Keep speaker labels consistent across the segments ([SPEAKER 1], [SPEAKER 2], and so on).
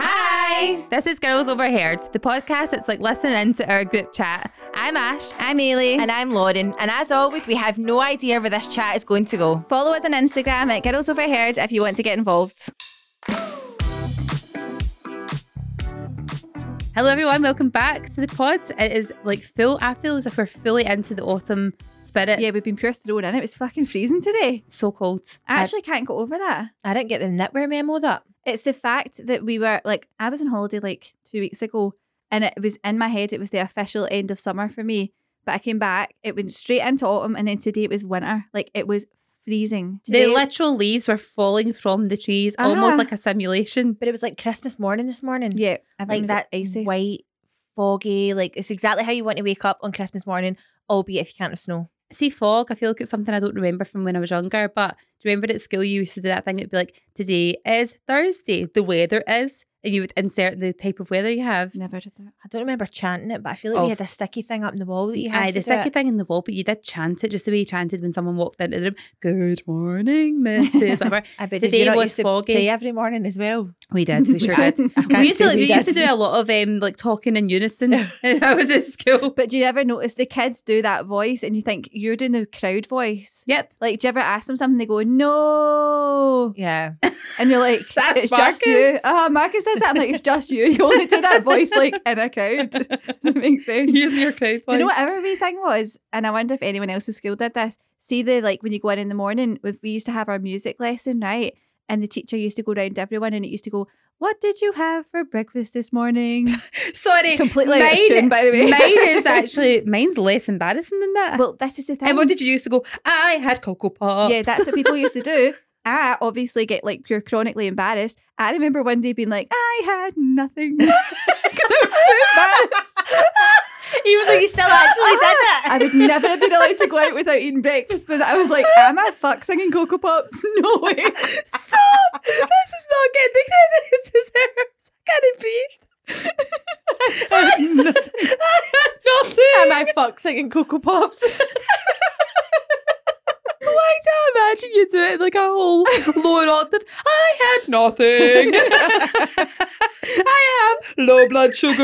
[SPEAKER 1] Hi.
[SPEAKER 2] This is Girls Overheard, the podcast that's like listening into our group chat. I'm Ash.
[SPEAKER 1] I'm Ailey.
[SPEAKER 3] And I'm Lauren. And as always, we have no idea where this chat is going to go.
[SPEAKER 1] follow us on Instagram at Girls Overheard if you want to get involved.
[SPEAKER 2] Hello, everyone. Welcome back to the pod. It is like full. I feel as if we're fully into the autumn spirit.
[SPEAKER 1] Yeah, we've been pure thrown in. It was fucking freezing today.
[SPEAKER 2] So cold.
[SPEAKER 1] I actually can't get over that.
[SPEAKER 3] I didn't get the knitwear memo that.
[SPEAKER 1] It's the fact that we were like, I was on holiday like two weeks ago and it was in my head, it was the official end of summer for me. But I came back, it went straight into autumn and then today it was winter. Like it was freezing. Today,
[SPEAKER 2] the literal leaves were falling from the trees,
[SPEAKER 1] Uh-huh.
[SPEAKER 2] almost like a simulation.
[SPEAKER 3] But it was like Christmas morning this morning.
[SPEAKER 1] Yeah, everything
[SPEAKER 3] Like
[SPEAKER 1] was
[SPEAKER 3] that
[SPEAKER 1] icy.
[SPEAKER 3] white, foggy. Like it's exactly how you want to wake up on Christmas morning, albeit if you can't have snow.
[SPEAKER 2] See, fog, I feel like it's something I don't remember from when I was younger, but do you remember at school you used to do that thing? It'd be like, today is Thursday, the weather is, and you would insert the type of weather you have.
[SPEAKER 1] Never did that.
[SPEAKER 3] I don't remember chanting it, but I feel like
[SPEAKER 2] Oh.
[SPEAKER 3] we had a sticky thing up in the wall that you had.
[SPEAKER 2] Aye,
[SPEAKER 3] to
[SPEAKER 2] the
[SPEAKER 3] do
[SPEAKER 2] sticky
[SPEAKER 3] it.
[SPEAKER 2] thing in the wall, but you did chant it just the way you chanted when someone walked into the room. Good morning, Mrs. Whatever.
[SPEAKER 3] I bet
[SPEAKER 2] The
[SPEAKER 3] did you
[SPEAKER 2] day
[SPEAKER 3] not
[SPEAKER 2] was
[SPEAKER 3] used to
[SPEAKER 2] foggy.
[SPEAKER 3] pray every morning as well.
[SPEAKER 2] We did, we sure did.
[SPEAKER 3] Can't
[SPEAKER 2] We used, to,
[SPEAKER 3] say
[SPEAKER 2] like, we used to
[SPEAKER 3] did.
[SPEAKER 2] do a lot of um, like talking in unison. when I was at school.
[SPEAKER 1] But do you ever notice the kids do that voice and you think you're doing the crowd voice?
[SPEAKER 2] Yep.
[SPEAKER 1] Like, do you ever ask them something? They go, no.
[SPEAKER 3] Yeah.
[SPEAKER 1] And you're like,
[SPEAKER 2] That's
[SPEAKER 1] it's just you.
[SPEAKER 2] Marcus.
[SPEAKER 1] Uh, Marcus does that. I'm like, it's just you. You only do that voice like in a crowd. Does it make sense?
[SPEAKER 2] Use your crowd
[SPEAKER 1] Do you know
[SPEAKER 2] voice.
[SPEAKER 1] what every wee thing was? And I wonder if anyone else's school did this. See the like when you go in in the morning, with we used to have our music lesson, right? And the teacher used to go round to everyone and it used to go, What did you have for breakfast this morning?
[SPEAKER 2] Sorry.
[SPEAKER 1] Completely out of
[SPEAKER 2] mine-
[SPEAKER 1] tune, by the way.
[SPEAKER 2] Mine is actually, mine's less embarrassing than that.
[SPEAKER 1] well, this is the thing.
[SPEAKER 2] and what did you used to go? I had Cocoa Pops.
[SPEAKER 1] Yeah, that's what people used to do. I obviously get like pure chronically embarrassed. I remember one day being like, I had nothing. 'Cause I was too embarrassed.
[SPEAKER 3] Even though you still actually did it.
[SPEAKER 1] I would never have been allowed to go out without eating breakfast, but I was like, am I fuck singing Cocoa Pops? No way.
[SPEAKER 2] Stop! this is not getting the credit it deserves. I can't breathe. I had nothing.
[SPEAKER 3] Am I fuck singing Cocoa Pops?
[SPEAKER 2] Why do I imagine you do it like a whole low octave? I had nothing. I have low blood sugar.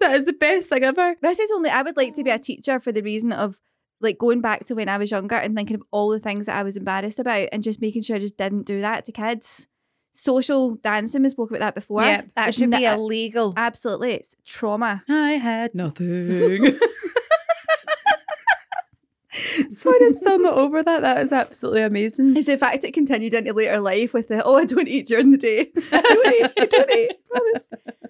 [SPEAKER 2] that is the best thing ever.
[SPEAKER 1] This is only, I would like to be a teacher for the reason of like going back to when I was younger and thinking of all the things that I was embarrassed about and just making sure I just didn't do that to kids. Social dancing, we spoke about that before.
[SPEAKER 2] Yeah,
[SPEAKER 3] That
[SPEAKER 1] It's
[SPEAKER 3] should be
[SPEAKER 1] n-
[SPEAKER 3] illegal.
[SPEAKER 1] Absolutely, it's trauma.
[SPEAKER 2] I had nothing. Sorry, I'm still not over that. That is absolutely amazing.
[SPEAKER 1] It's the fact it continued into later life with the oh I don't eat during the day. I don't eat, I don't eat. Promise.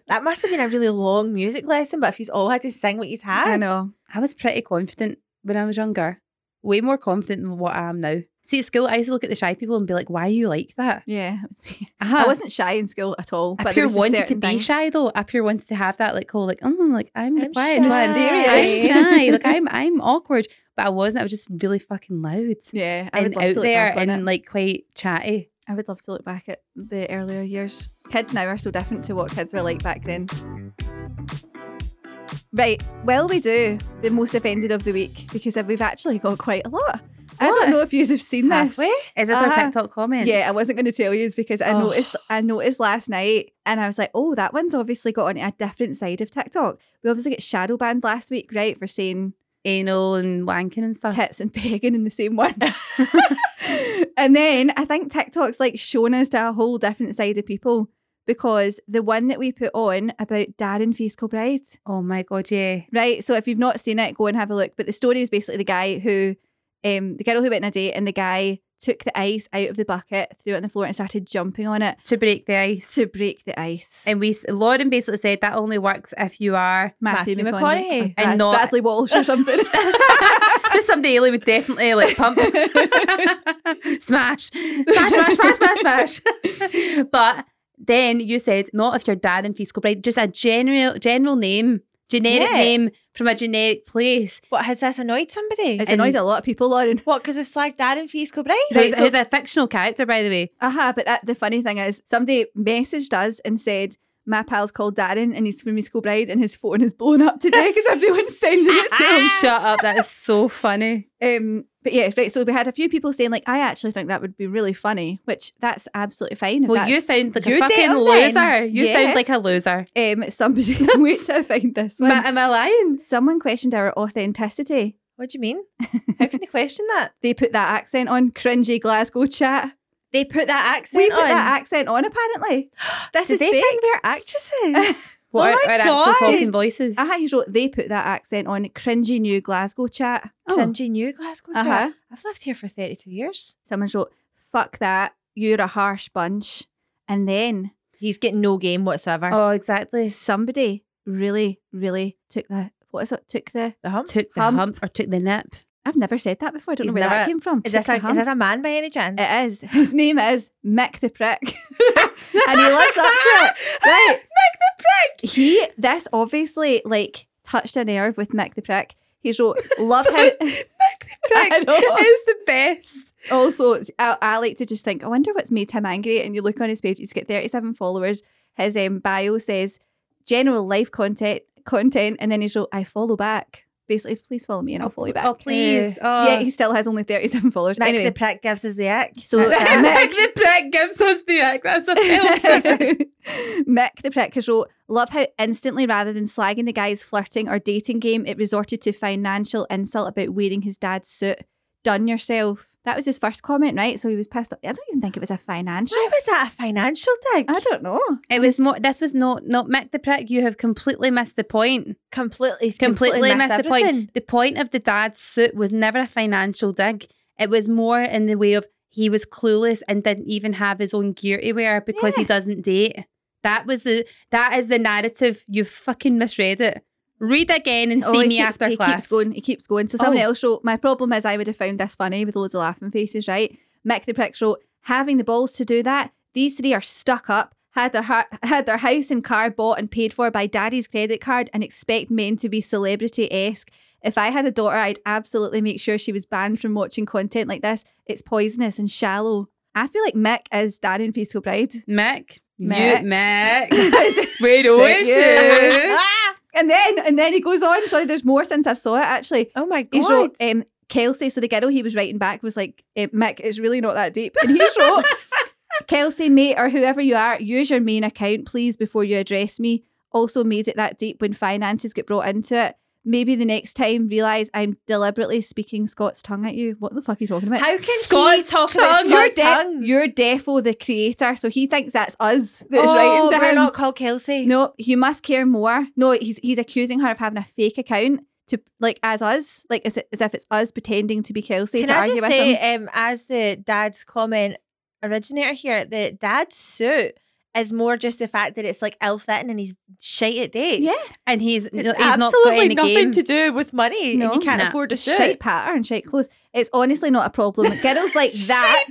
[SPEAKER 3] That must have been a really long music lesson, but if he's all had to sing what he's had.
[SPEAKER 1] I know.
[SPEAKER 2] I was pretty confident when I was younger, way more confident than what I am now. See, at school, I used to look at the shy people and be like, why are you like that?
[SPEAKER 1] Yeah.
[SPEAKER 2] Uh-huh.
[SPEAKER 1] I wasn't shy in school at all.
[SPEAKER 2] I
[SPEAKER 1] but there
[SPEAKER 2] pure
[SPEAKER 1] was just
[SPEAKER 2] wanted to
[SPEAKER 1] certain
[SPEAKER 2] be
[SPEAKER 1] things.
[SPEAKER 2] shy though. I pure wanted to have that like whole like oh like I'm the
[SPEAKER 3] I'm
[SPEAKER 2] quiet
[SPEAKER 3] shy.
[SPEAKER 2] one. I'm
[SPEAKER 1] Mysterious.
[SPEAKER 2] shy. Like I'm I'm awkward. But I wasn't. I was just really fucking loud
[SPEAKER 1] Yeah. I
[SPEAKER 2] and
[SPEAKER 1] would love
[SPEAKER 2] out
[SPEAKER 1] to look
[SPEAKER 2] there
[SPEAKER 1] back on
[SPEAKER 2] and
[SPEAKER 1] it.
[SPEAKER 2] like quite chatty.
[SPEAKER 1] I would love to look back at the earlier years. Kids now are so different to what kids were like back then. Right, well we do the most offended of the week because we've actually got quite a lot. I
[SPEAKER 2] What?
[SPEAKER 1] don't know if you have seen this.
[SPEAKER 3] Halfway?
[SPEAKER 2] Is that
[SPEAKER 1] Uh-huh.
[SPEAKER 2] our TikTok comments?
[SPEAKER 1] Yeah, I wasn't going to tell you because I
[SPEAKER 2] Oh.
[SPEAKER 1] noticed I noticed last night and I was like, oh, that one's obviously got on a different side of TikTok. We obviously get shadow banned last week, right, for saying
[SPEAKER 2] anal and wanking and stuff.
[SPEAKER 1] tits and pegging in the same one. and then I think TikTok's like shown us to a whole different side of people because the one that we put on about Darren Face Bride,
[SPEAKER 2] oh my god, yeah.
[SPEAKER 1] right? So if you've not seen it, go and have a look. But the story is basically the guy who, um, the girl who went on a date and the guy took the ice out of the bucket, threw it on the floor and started jumping on it.
[SPEAKER 2] To break the ice.
[SPEAKER 1] to break the ice.
[SPEAKER 2] and we s- Lauren basically said that only works if you are
[SPEAKER 1] Matthew,
[SPEAKER 3] Matthew
[SPEAKER 1] McConaughey, Oh,
[SPEAKER 3] McConaughey.
[SPEAKER 1] Or
[SPEAKER 2] And
[SPEAKER 1] Brad-
[SPEAKER 2] not-
[SPEAKER 1] Bradley Walsh or something.
[SPEAKER 2] just somebody Ailey would definitely like pump. smash. Smash, smash, smash, smash, smash. but then you said, not if your dad and Fiscal Bride, just a general general name, generic
[SPEAKER 3] Yeah.
[SPEAKER 2] name from a generic place.
[SPEAKER 3] What has this annoyed somebody?
[SPEAKER 1] it's annoyed a lot of people, Lauren.
[SPEAKER 3] what? Because we've slagged Darren Fisco Bright.
[SPEAKER 1] Right,
[SPEAKER 2] who's,
[SPEAKER 1] so-
[SPEAKER 2] who's a fictional character, by the way.
[SPEAKER 1] Aha, Uh-huh, but that, the funny thing is, somebody messaged us and said, my pal's called Darren and he's from his bride and his phone is blown up today because everyone's sending it to him.
[SPEAKER 2] Shut up, that is so funny.
[SPEAKER 1] Um, But yeah, right. So we had a few people saying like, I actually think that would be really funny, which that's absolutely fine. If
[SPEAKER 2] Well,
[SPEAKER 1] that's,
[SPEAKER 2] you sound like
[SPEAKER 3] You
[SPEAKER 2] a fucking
[SPEAKER 3] did
[SPEAKER 2] loser.
[SPEAKER 3] then.
[SPEAKER 2] You
[SPEAKER 1] Yeah.
[SPEAKER 2] sound like a loser.
[SPEAKER 1] um, somebody wait to find this one.
[SPEAKER 2] Ma- am I lying?
[SPEAKER 1] Someone questioned our authenticity.
[SPEAKER 3] What do you mean? How can they question that?
[SPEAKER 1] They put that accent on cringy Glasgow chat.
[SPEAKER 3] They put that accent
[SPEAKER 1] We put
[SPEAKER 3] on.
[SPEAKER 1] that accent on apparently. This
[SPEAKER 3] Do
[SPEAKER 1] is
[SPEAKER 3] they
[SPEAKER 1] fake.
[SPEAKER 3] think we're actresses?
[SPEAKER 2] What
[SPEAKER 3] Oh
[SPEAKER 2] are
[SPEAKER 3] my
[SPEAKER 2] our
[SPEAKER 3] God.
[SPEAKER 2] actual talking voices?
[SPEAKER 1] I think you Uh-huh, wrote they put that accent on cringy new Glasgow chat.
[SPEAKER 2] Oh.
[SPEAKER 3] Cringy new Glasgow chat.
[SPEAKER 1] Uh-huh.
[SPEAKER 3] I've lived here for 32 years.
[SPEAKER 1] Someone wrote, "Fuck that, you're a harsh bunch." And then
[SPEAKER 3] He's getting no game whatsoever.
[SPEAKER 2] Oh, exactly.
[SPEAKER 1] somebody really, really took the what is it? Took the
[SPEAKER 3] The hump.
[SPEAKER 2] Took the
[SPEAKER 1] Hump.
[SPEAKER 2] hump, or took the nip.
[SPEAKER 1] I've never said that before. I don't
[SPEAKER 3] He's
[SPEAKER 1] know where that
[SPEAKER 3] never-
[SPEAKER 1] came from.
[SPEAKER 3] Is
[SPEAKER 1] Took
[SPEAKER 3] this,
[SPEAKER 1] the
[SPEAKER 3] a, is
[SPEAKER 1] hump. Eh,
[SPEAKER 3] this a man by any chance?
[SPEAKER 1] It is. His name is Mick the Prick. and he lives up to it. Right. He this obviously like touched a nerve with Mick the Prick. He wrote, Love how I know.
[SPEAKER 2] It's the best.
[SPEAKER 1] also I, I like to just think, I wonder what's made him angry. And you look on his page, he's got 37 followers. His um, bio says general life content content and then he wrote, I follow back. Basically, please follow me and I'll follow you back.
[SPEAKER 2] Oh, please. Oh.
[SPEAKER 1] Yeah, he still has only 37 followers.
[SPEAKER 3] uh, Mick
[SPEAKER 1] anyway,
[SPEAKER 3] the prick gives us the ick.
[SPEAKER 1] so
[SPEAKER 3] That's it.
[SPEAKER 1] Mick-
[SPEAKER 2] Mick the prick gives us the act. That's a film.
[SPEAKER 1] Mick the prick has wrote, Love how instantly, rather than slagging the guy's flirting or dating game, it resorted to financial insult about wearing his dad's suit. Done yourself. That was his first comment, right? So he was pissed off. I don't even think it was a financial.
[SPEAKER 3] Why was that a financial dig?
[SPEAKER 1] I don't know.
[SPEAKER 2] it was more. This was not not Mick the prick. You have completely missed the point.
[SPEAKER 3] completely, he's
[SPEAKER 2] Completely, missed the
[SPEAKER 3] everything.
[SPEAKER 2] point. The point of the dad's suit was never a financial dig. It was more in the way of he was clueless and didn't even have his own gear to wear because he doesn't date. That was the that is the narrative. You fucking misread it. Read again and see
[SPEAKER 1] Oh, he
[SPEAKER 2] me
[SPEAKER 1] keeps-
[SPEAKER 2] after
[SPEAKER 1] he
[SPEAKER 2] class.
[SPEAKER 1] keeps going. He keeps going. So someone
[SPEAKER 2] Oh.
[SPEAKER 1] else wrote, My problem is I would have found this funny with loads of laughing faces, right? Mick the prick wrote, Having the balls to do that, these three are stuck up. Had their ha- had their house and car bought and paid for by daddy's credit card and expect men to be celebrity esque. If I had a daughter, I'd absolutely make sure she was banned from watching content like this. It's poisonous and shallow. I feel like Mick is Darren Fiscal Bride.
[SPEAKER 2] Mick,
[SPEAKER 1] Mick.
[SPEAKER 2] you Mick. we don't wish
[SPEAKER 1] Thank you.
[SPEAKER 2] you.
[SPEAKER 3] Ah!
[SPEAKER 1] and then and then he goes on. Sorry, there's more since I've saw it actually.
[SPEAKER 3] Oh my
[SPEAKER 1] He
[SPEAKER 3] god.
[SPEAKER 1] wrote um, Kelsey. So the girl he was writing back was like, eh, Mick, it's really not that deep. And he wrote, Kelsey, mate, or whoever you are, use your main account, please, before you address me. Also made it that deep when finances get brought into it. Maybe the next time realise I'm deliberately speaking Scots tongue at you. What the fuck are you talking about?
[SPEAKER 3] How can
[SPEAKER 2] Scott's
[SPEAKER 3] he talk
[SPEAKER 2] tongue.
[SPEAKER 3] about
[SPEAKER 1] you're,
[SPEAKER 3] Scott's
[SPEAKER 1] De-
[SPEAKER 3] tongue?
[SPEAKER 1] you're Defo the creator, so he thinks that's us that's
[SPEAKER 3] oh,
[SPEAKER 1] writing to
[SPEAKER 3] we're
[SPEAKER 1] him.
[SPEAKER 3] not called Kelsey.
[SPEAKER 1] No, you must care more. No, he's he's accusing her of having a fake account to like as us, like as, as if it's us pretending to be Kelsey
[SPEAKER 3] Can
[SPEAKER 1] to
[SPEAKER 3] I
[SPEAKER 1] argue
[SPEAKER 3] just
[SPEAKER 1] with him.
[SPEAKER 3] say, um, as the dad's comment originator here, the dad's suit is more just the fact that it's like ill fitting and he's shite at dates.
[SPEAKER 1] Yeah,
[SPEAKER 2] And he's no,
[SPEAKER 3] It's
[SPEAKER 2] he's not got
[SPEAKER 3] absolutely
[SPEAKER 2] any
[SPEAKER 3] nothing
[SPEAKER 2] game.
[SPEAKER 3] to do with money
[SPEAKER 1] No.
[SPEAKER 3] and you can't
[SPEAKER 2] Nah.
[SPEAKER 3] afford a suit.
[SPEAKER 1] shite patter and shite clothes. It's honestly not a problem. Girls like that.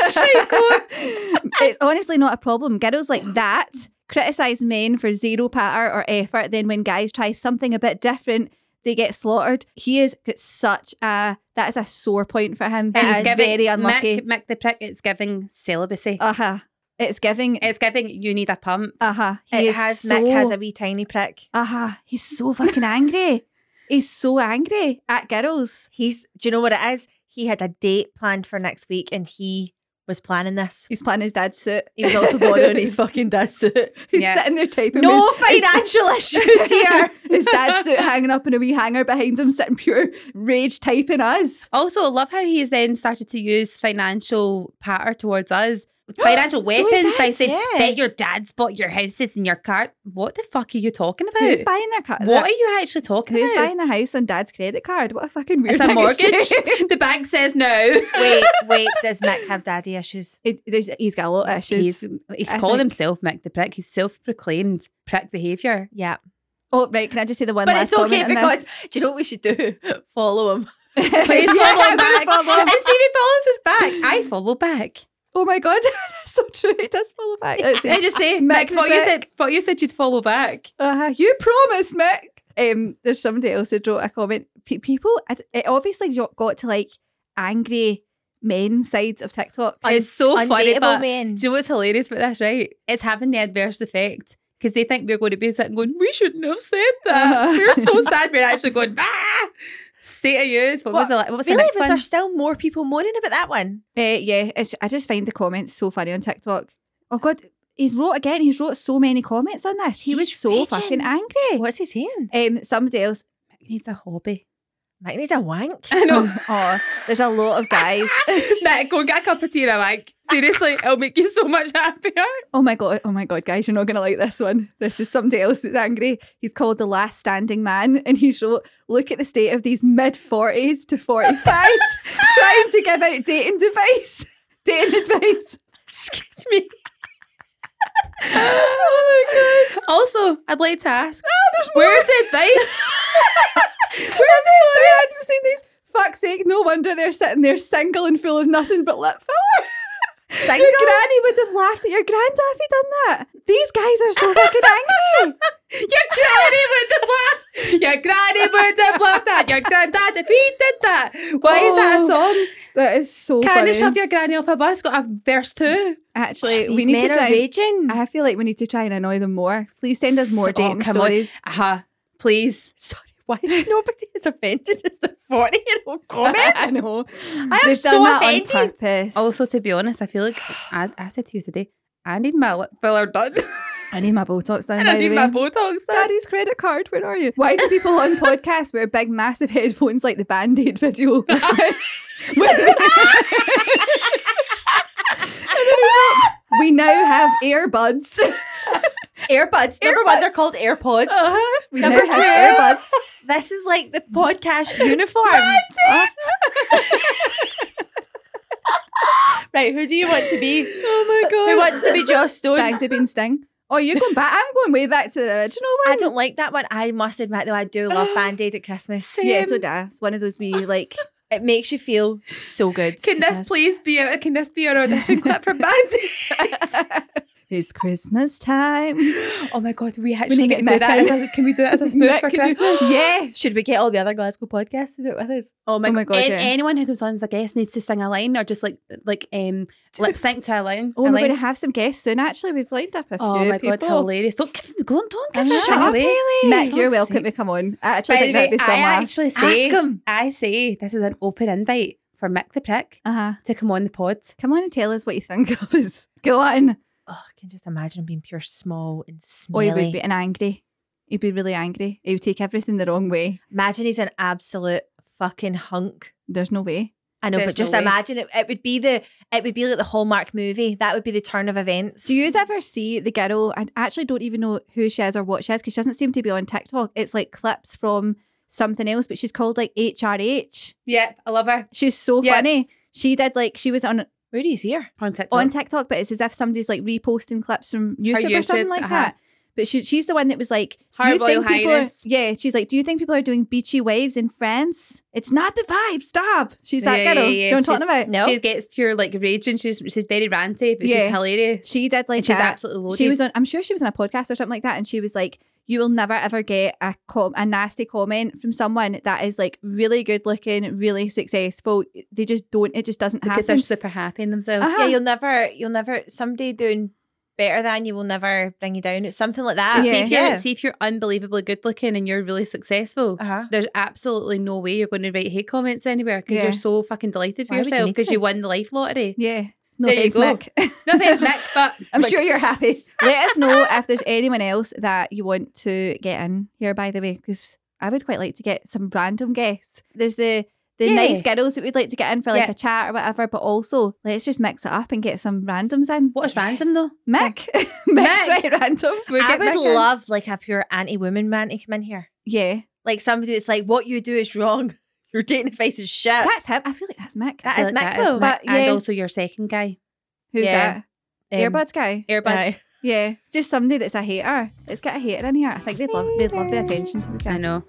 [SPEAKER 1] it's honestly not a problem. Girls like that criticize men for zero patter or effort. Then when guys try something a bit different, they get slaughtered. He has got such a that is a sore point for him. He's
[SPEAKER 2] It's giving-
[SPEAKER 1] very unlucky.
[SPEAKER 2] Mick, Mick the prick. It's giving celibacy.
[SPEAKER 1] Uh huh. It's giving.
[SPEAKER 2] it's giving you need a pump.
[SPEAKER 1] Uh huh.
[SPEAKER 3] It has Mick has a wee tiny prick.
[SPEAKER 1] Uh huh. He's so fucking angry. He's so angry at girls.
[SPEAKER 3] He's do you know what it is? He had a date planned for next week and he was planning this.
[SPEAKER 1] He's planning his dad's suit.
[SPEAKER 3] He was also going on his fucking dad's suit.
[SPEAKER 1] He's
[SPEAKER 2] Yeah.
[SPEAKER 1] sitting there typing.
[SPEAKER 3] No
[SPEAKER 1] with his-
[SPEAKER 3] financial issues here.
[SPEAKER 1] His dad's suit hanging up in a wee hanger behind him, sitting pure rage typing us.
[SPEAKER 2] Also, I love how he's then started to use financial patter towards us. Financial
[SPEAKER 1] So he
[SPEAKER 2] weapons by
[SPEAKER 1] does,
[SPEAKER 2] saying,
[SPEAKER 3] yeah.
[SPEAKER 2] bet your dad's bought your houses and your car. What the fuck are you talking about?
[SPEAKER 1] Who's buying their car?
[SPEAKER 2] what are you actually talking
[SPEAKER 1] Who's
[SPEAKER 2] about?
[SPEAKER 1] buying their house on dad's credit card? What a fucking weird
[SPEAKER 2] it's a
[SPEAKER 1] thing to
[SPEAKER 2] mortgage.
[SPEAKER 1] say.
[SPEAKER 2] the bank says no.
[SPEAKER 3] wait, wait, does Mick have daddy issues?
[SPEAKER 1] It- there's- he's got a lot of
[SPEAKER 2] He's,
[SPEAKER 1] issues.
[SPEAKER 2] he's
[SPEAKER 1] I
[SPEAKER 2] called
[SPEAKER 1] think-
[SPEAKER 2] himself Mick the Prick. He's self proclaimed prick behaviour.
[SPEAKER 3] Yeah.
[SPEAKER 1] oh, right. Can I just say the one
[SPEAKER 3] But
[SPEAKER 1] last
[SPEAKER 3] it's okay
[SPEAKER 1] comment on
[SPEAKER 3] because
[SPEAKER 1] this?
[SPEAKER 3] do you know what we should do? Follow him.
[SPEAKER 2] Please
[SPEAKER 1] Yeah,
[SPEAKER 2] follow
[SPEAKER 1] I'm gonna
[SPEAKER 2] him back.
[SPEAKER 1] follow him.
[SPEAKER 2] And see if he follows us back. I follow back.
[SPEAKER 1] Oh my God. That's so true. It does follow back. That's it.
[SPEAKER 2] I just say,
[SPEAKER 1] Mick
[SPEAKER 2] Mick,
[SPEAKER 1] the
[SPEAKER 2] thought you
[SPEAKER 1] Prick.
[SPEAKER 2] said, thought you said you'd follow back.
[SPEAKER 1] Uh, you promised, Mick. Um, there's somebody else who wrote a comment. Pe- people, it, it obviously got got to like angry men sides of TikTok.
[SPEAKER 3] Un-
[SPEAKER 2] It's so funny,
[SPEAKER 3] Undateable
[SPEAKER 2] but
[SPEAKER 3] men.
[SPEAKER 2] do you know what's hilarious about this, right? It's having the adverse effect because they think we're going to be sitting going, we shouldn't have said that.
[SPEAKER 1] Uh-huh.
[SPEAKER 2] We're so sad we're actually going, ah! State of use. What, was
[SPEAKER 3] What?
[SPEAKER 2] the what was the
[SPEAKER 3] really,
[SPEAKER 2] next
[SPEAKER 3] was
[SPEAKER 2] one?
[SPEAKER 3] there still more people moaning about that one?
[SPEAKER 1] Uh, yeah, it's, I just find the comments so funny on TikTok. Oh God, he's wrote again. He's wrote so many comments on this. He was
[SPEAKER 3] He's
[SPEAKER 1] so
[SPEAKER 3] raging.
[SPEAKER 1] fucking angry.
[SPEAKER 3] What's he saying?
[SPEAKER 1] Um, somebody else.
[SPEAKER 2] He needs a hobby.
[SPEAKER 3] Mike needs a wank.
[SPEAKER 2] I know.
[SPEAKER 1] Oh, there's a lot of guys.
[SPEAKER 2] Matt, go get a cup of tea and a wank. Seriously, it'll make you so much happier.
[SPEAKER 1] Oh my god! Oh my god, guys, you're not gonna like this one. This is somebody else that's angry. He's called the last standing man, and he wrote, "Look at the state of these mid forties to forty fives trying to give out dating advice, dating advice."
[SPEAKER 2] Excuse me. oh my god. Also, I'd like to ask,
[SPEAKER 1] Oh, there's more.
[SPEAKER 2] where's the advice?
[SPEAKER 1] Where's the story? I've seen these. Fuck's sake! No wonder they're sitting there single and full of nothing but lip filler.
[SPEAKER 3] Single?
[SPEAKER 1] Your granny would have laughed at your granddad if he'd done that. These guys are so fucking angry.
[SPEAKER 2] Your granny would have laughed. Your granny would have laughed at. Your granddad repeated that. Why is that a
[SPEAKER 1] Oh,
[SPEAKER 2] song?
[SPEAKER 1] That is so
[SPEAKER 2] Can
[SPEAKER 1] funny.
[SPEAKER 2] you shove your granny off a bus? Got a verse too.
[SPEAKER 1] Actually,
[SPEAKER 3] These
[SPEAKER 1] we need
[SPEAKER 3] men
[SPEAKER 1] to
[SPEAKER 3] are
[SPEAKER 1] try.
[SPEAKER 3] raging.
[SPEAKER 1] I feel like we need to try and annoy them more. Please send us more
[SPEAKER 2] Oh,
[SPEAKER 1] dating
[SPEAKER 2] come on.
[SPEAKER 1] stories.
[SPEAKER 2] Uh-huh. Please.
[SPEAKER 3] Sorry, why is nobody as offended as the forty-year-old comment?
[SPEAKER 1] I know.
[SPEAKER 3] am
[SPEAKER 1] They've
[SPEAKER 3] so
[SPEAKER 1] done that
[SPEAKER 3] offended.
[SPEAKER 1] on purpose.
[SPEAKER 2] Also, to be honest, I feel like I, I said to you today, I need my lip filler done.
[SPEAKER 1] I need my Botox done.
[SPEAKER 2] and I
[SPEAKER 1] by the
[SPEAKER 2] need
[SPEAKER 1] way.
[SPEAKER 2] my Botox done.
[SPEAKER 1] Daddy's credit card, where are you? Why do people on podcasts wear big, massive headphones like the Band Aid video? And then it's like, we now have earbuds.
[SPEAKER 3] Earbuds. Number one, they're called AirPods.
[SPEAKER 1] We
[SPEAKER 3] Number
[SPEAKER 1] now
[SPEAKER 3] two.
[SPEAKER 1] have earbuds.
[SPEAKER 3] This is like the podcast uniform. right, who do you want to be?
[SPEAKER 1] Oh my god!
[SPEAKER 3] Who wants to be Joss Stone?
[SPEAKER 1] Bags have been sting. Oh, you're going back. I'm going way back to the original one.
[SPEAKER 3] I don't like that one. I must admit, though, I do love Band Aid at Christmas.
[SPEAKER 1] Yeah, so da. It's one of those wee like.
[SPEAKER 3] It makes you feel so good.
[SPEAKER 2] Can this
[SPEAKER 1] does.
[SPEAKER 2] please be a, can this be our audition clip for Band
[SPEAKER 1] it's Christmas time.
[SPEAKER 2] Oh my god, we
[SPEAKER 1] actually
[SPEAKER 2] actually
[SPEAKER 1] need to
[SPEAKER 2] can
[SPEAKER 1] get
[SPEAKER 2] do that.
[SPEAKER 1] Mecca.
[SPEAKER 2] As a, can we do that as a spoof
[SPEAKER 1] Nick,
[SPEAKER 2] for
[SPEAKER 1] can you-
[SPEAKER 2] Christmas?
[SPEAKER 1] Yeah.
[SPEAKER 3] Should we get all the other Glasgow podcasts to do it with us?
[SPEAKER 2] Oh my,
[SPEAKER 1] Oh my
[SPEAKER 2] god!
[SPEAKER 1] God,
[SPEAKER 2] An-
[SPEAKER 1] yeah.
[SPEAKER 2] Anyone who comes on as a guest needs to sing a line or just like like um lip sync to a line.
[SPEAKER 1] Oh,
[SPEAKER 2] a
[SPEAKER 1] we're
[SPEAKER 2] line.
[SPEAKER 1] going to have some guests soon. Actually, we've lined up a
[SPEAKER 2] oh
[SPEAKER 1] few
[SPEAKER 2] my god,
[SPEAKER 1] people.
[SPEAKER 2] hilarious! Don't give go on, don't give
[SPEAKER 1] I know.
[SPEAKER 2] shit away.
[SPEAKER 1] Mick, you're
[SPEAKER 2] God's
[SPEAKER 1] welcome
[SPEAKER 2] sake.
[SPEAKER 1] to come on. I actually
[SPEAKER 2] By the
[SPEAKER 1] think
[SPEAKER 2] way,
[SPEAKER 1] that'd be so
[SPEAKER 2] I
[SPEAKER 1] much.
[SPEAKER 2] actually say
[SPEAKER 3] Ask him.
[SPEAKER 2] I say this is an open invite for Mick the prick
[SPEAKER 1] Uh huh.
[SPEAKER 2] to come on the pod.
[SPEAKER 1] Come on and tell us what you think of us. Go on.
[SPEAKER 3] Oh, I can just imagine him being pure small and
[SPEAKER 1] Oh,
[SPEAKER 3] smelly.
[SPEAKER 1] he would be an angry. He'd be really angry. He would take everything the wrong way.
[SPEAKER 3] Imagine he's an absolute fucking hunk.
[SPEAKER 1] There's no way.
[SPEAKER 3] I know,
[SPEAKER 2] There's
[SPEAKER 3] but just
[SPEAKER 2] no way.
[SPEAKER 3] imagine it. It would be the it would be like the Hallmark movie. That would be the turn of events.
[SPEAKER 1] Do you ever see the girl? I actually don't even know who she is or what she is because she doesn't seem to be on TikTok. It's like clips from something else, but she's called like HRH.
[SPEAKER 2] Yep, I love her
[SPEAKER 1] She's so
[SPEAKER 2] Yeah.
[SPEAKER 1] funny. She did like she was on
[SPEAKER 3] Where do you see her?
[SPEAKER 2] on TikTok.
[SPEAKER 1] on TikTok, but it's as if somebody's like reposting clips from YouTube, or
[SPEAKER 2] YouTube,
[SPEAKER 1] something like
[SPEAKER 2] uh-huh.
[SPEAKER 1] that. But she, she's the one that was like,
[SPEAKER 2] Her
[SPEAKER 1] "Do you
[SPEAKER 2] Royal
[SPEAKER 1] think people?" Are,
[SPEAKER 2] Highness.
[SPEAKER 1] yeah, she's like, "Do you think people are doing beachy waves in France? It's not the vibe. Stop." She's that
[SPEAKER 2] Yeah,
[SPEAKER 1] girl.
[SPEAKER 2] yeah,
[SPEAKER 1] Do
[SPEAKER 2] yeah.
[SPEAKER 1] you know what I'm
[SPEAKER 2] She's-
[SPEAKER 1] talking about?
[SPEAKER 3] No.
[SPEAKER 2] She gets pure like raging. She's she's very ranty, but
[SPEAKER 1] Yeah.
[SPEAKER 2] she's hilarious.
[SPEAKER 1] She did like
[SPEAKER 2] And she's
[SPEAKER 1] that.
[SPEAKER 2] absolutely loaded.
[SPEAKER 1] She was on. I'm sure she was on a podcast or something like that, and she was like, "You will never ever get a com- a nasty comment from someone that is like really good looking, really successful. They just don't. It just doesn't
[SPEAKER 2] because they're
[SPEAKER 1] happen."
[SPEAKER 2] super happy in themselves.
[SPEAKER 1] Uh-huh.
[SPEAKER 3] Yeah, you'll never, you'll never. Somebody doing better than you will never bring you down. It's something like that.
[SPEAKER 1] Yeah.
[SPEAKER 2] See if you're see if you're unbelievably good looking and you're really successful.
[SPEAKER 3] Uh-huh.
[SPEAKER 2] There's absolutely no way you're going to write hate comments anywhere because
[SPEAKER 1] Yeah.
[SPEAKER 2] you're so fucking delighted for
[SPEAKER 3] Why would you
[SPEAKER 2] yourself
[SPEAKER 3] need
[SPEAKER 2] because
[SPEAKER 3] to?
[SPEAKER 2] you, won the life lottery.
[SPEAKER 1] Yeah. No
[SPEAKER 2] There you
[SPEAKER 1] thanks,
[SPEAKER 2] go.
[SPEAKER 1] Mick.
[SPEAKER 2] No offense, Nick, but
[SPEAKER 1] I'm
[SPEAKER 2] like,
[SPEAKER 1] sure you're happy. Let us know if there's anyone else that you want to get in here, by the way, because I would quite like to get some random guests. There's the the
[SPEAKER 2] Yeah.
[SPEAKER 1] nice girls that we'd like to get in for like
[SPEAKER 2] Yeah.
[SPEAKER 1] a chat or whatever, but also let's just mix it up and get some randoms in.
[SPEAKER 2] What's random though?
[SPEAKER 1] Mick? Mick's
[SPEAKER 2] Mick.
[SPEAKER 1] right random.
[SPEAKER 2] We'll
[SPEAKER 3] I
[SPEAKER 2] get
[SPEAKER 3] would
[SPEAKER 2] Mick in.
[SPEAKER 3] love like a pure anti-woman man to come in here,
[SPEAKER 1] Yeah.
[SPEAKER 3] like somebody that's like, "What you do is wrong. Your dating advice is shit."
[SPEAKER 1] That's him. I feel like that's Mick.
[SPEAKER 3] That
[SPEAKER 2] I feel
[SPEAKER 3] is
[SPEAKER 2] like
[SPEAKER 3] Mick, though.
[SPEAKER 1] But,
[SPEAKER 2] and
[SPEAKER 1] yeah.
[SPEAKER 2] also your second guy,
[SPEAKER 1] Who's
[SPEAKER 3] Yeah.
[SPEAKER 1] that?
[SPEAKER 3] Um,
[SPEAKER 1] Earbuds guy?
[SPEAKER 2] Airbud.
[SPEAKER 3] aye.
[SPEAKER 1] Yeah. Just somebody that's a hater. Let's get a hater in here. I think they'd love they'd love the attention to be
[SPEAKER 2] I
[SPEAKER 1] fair.
[SPEAKER 2] know.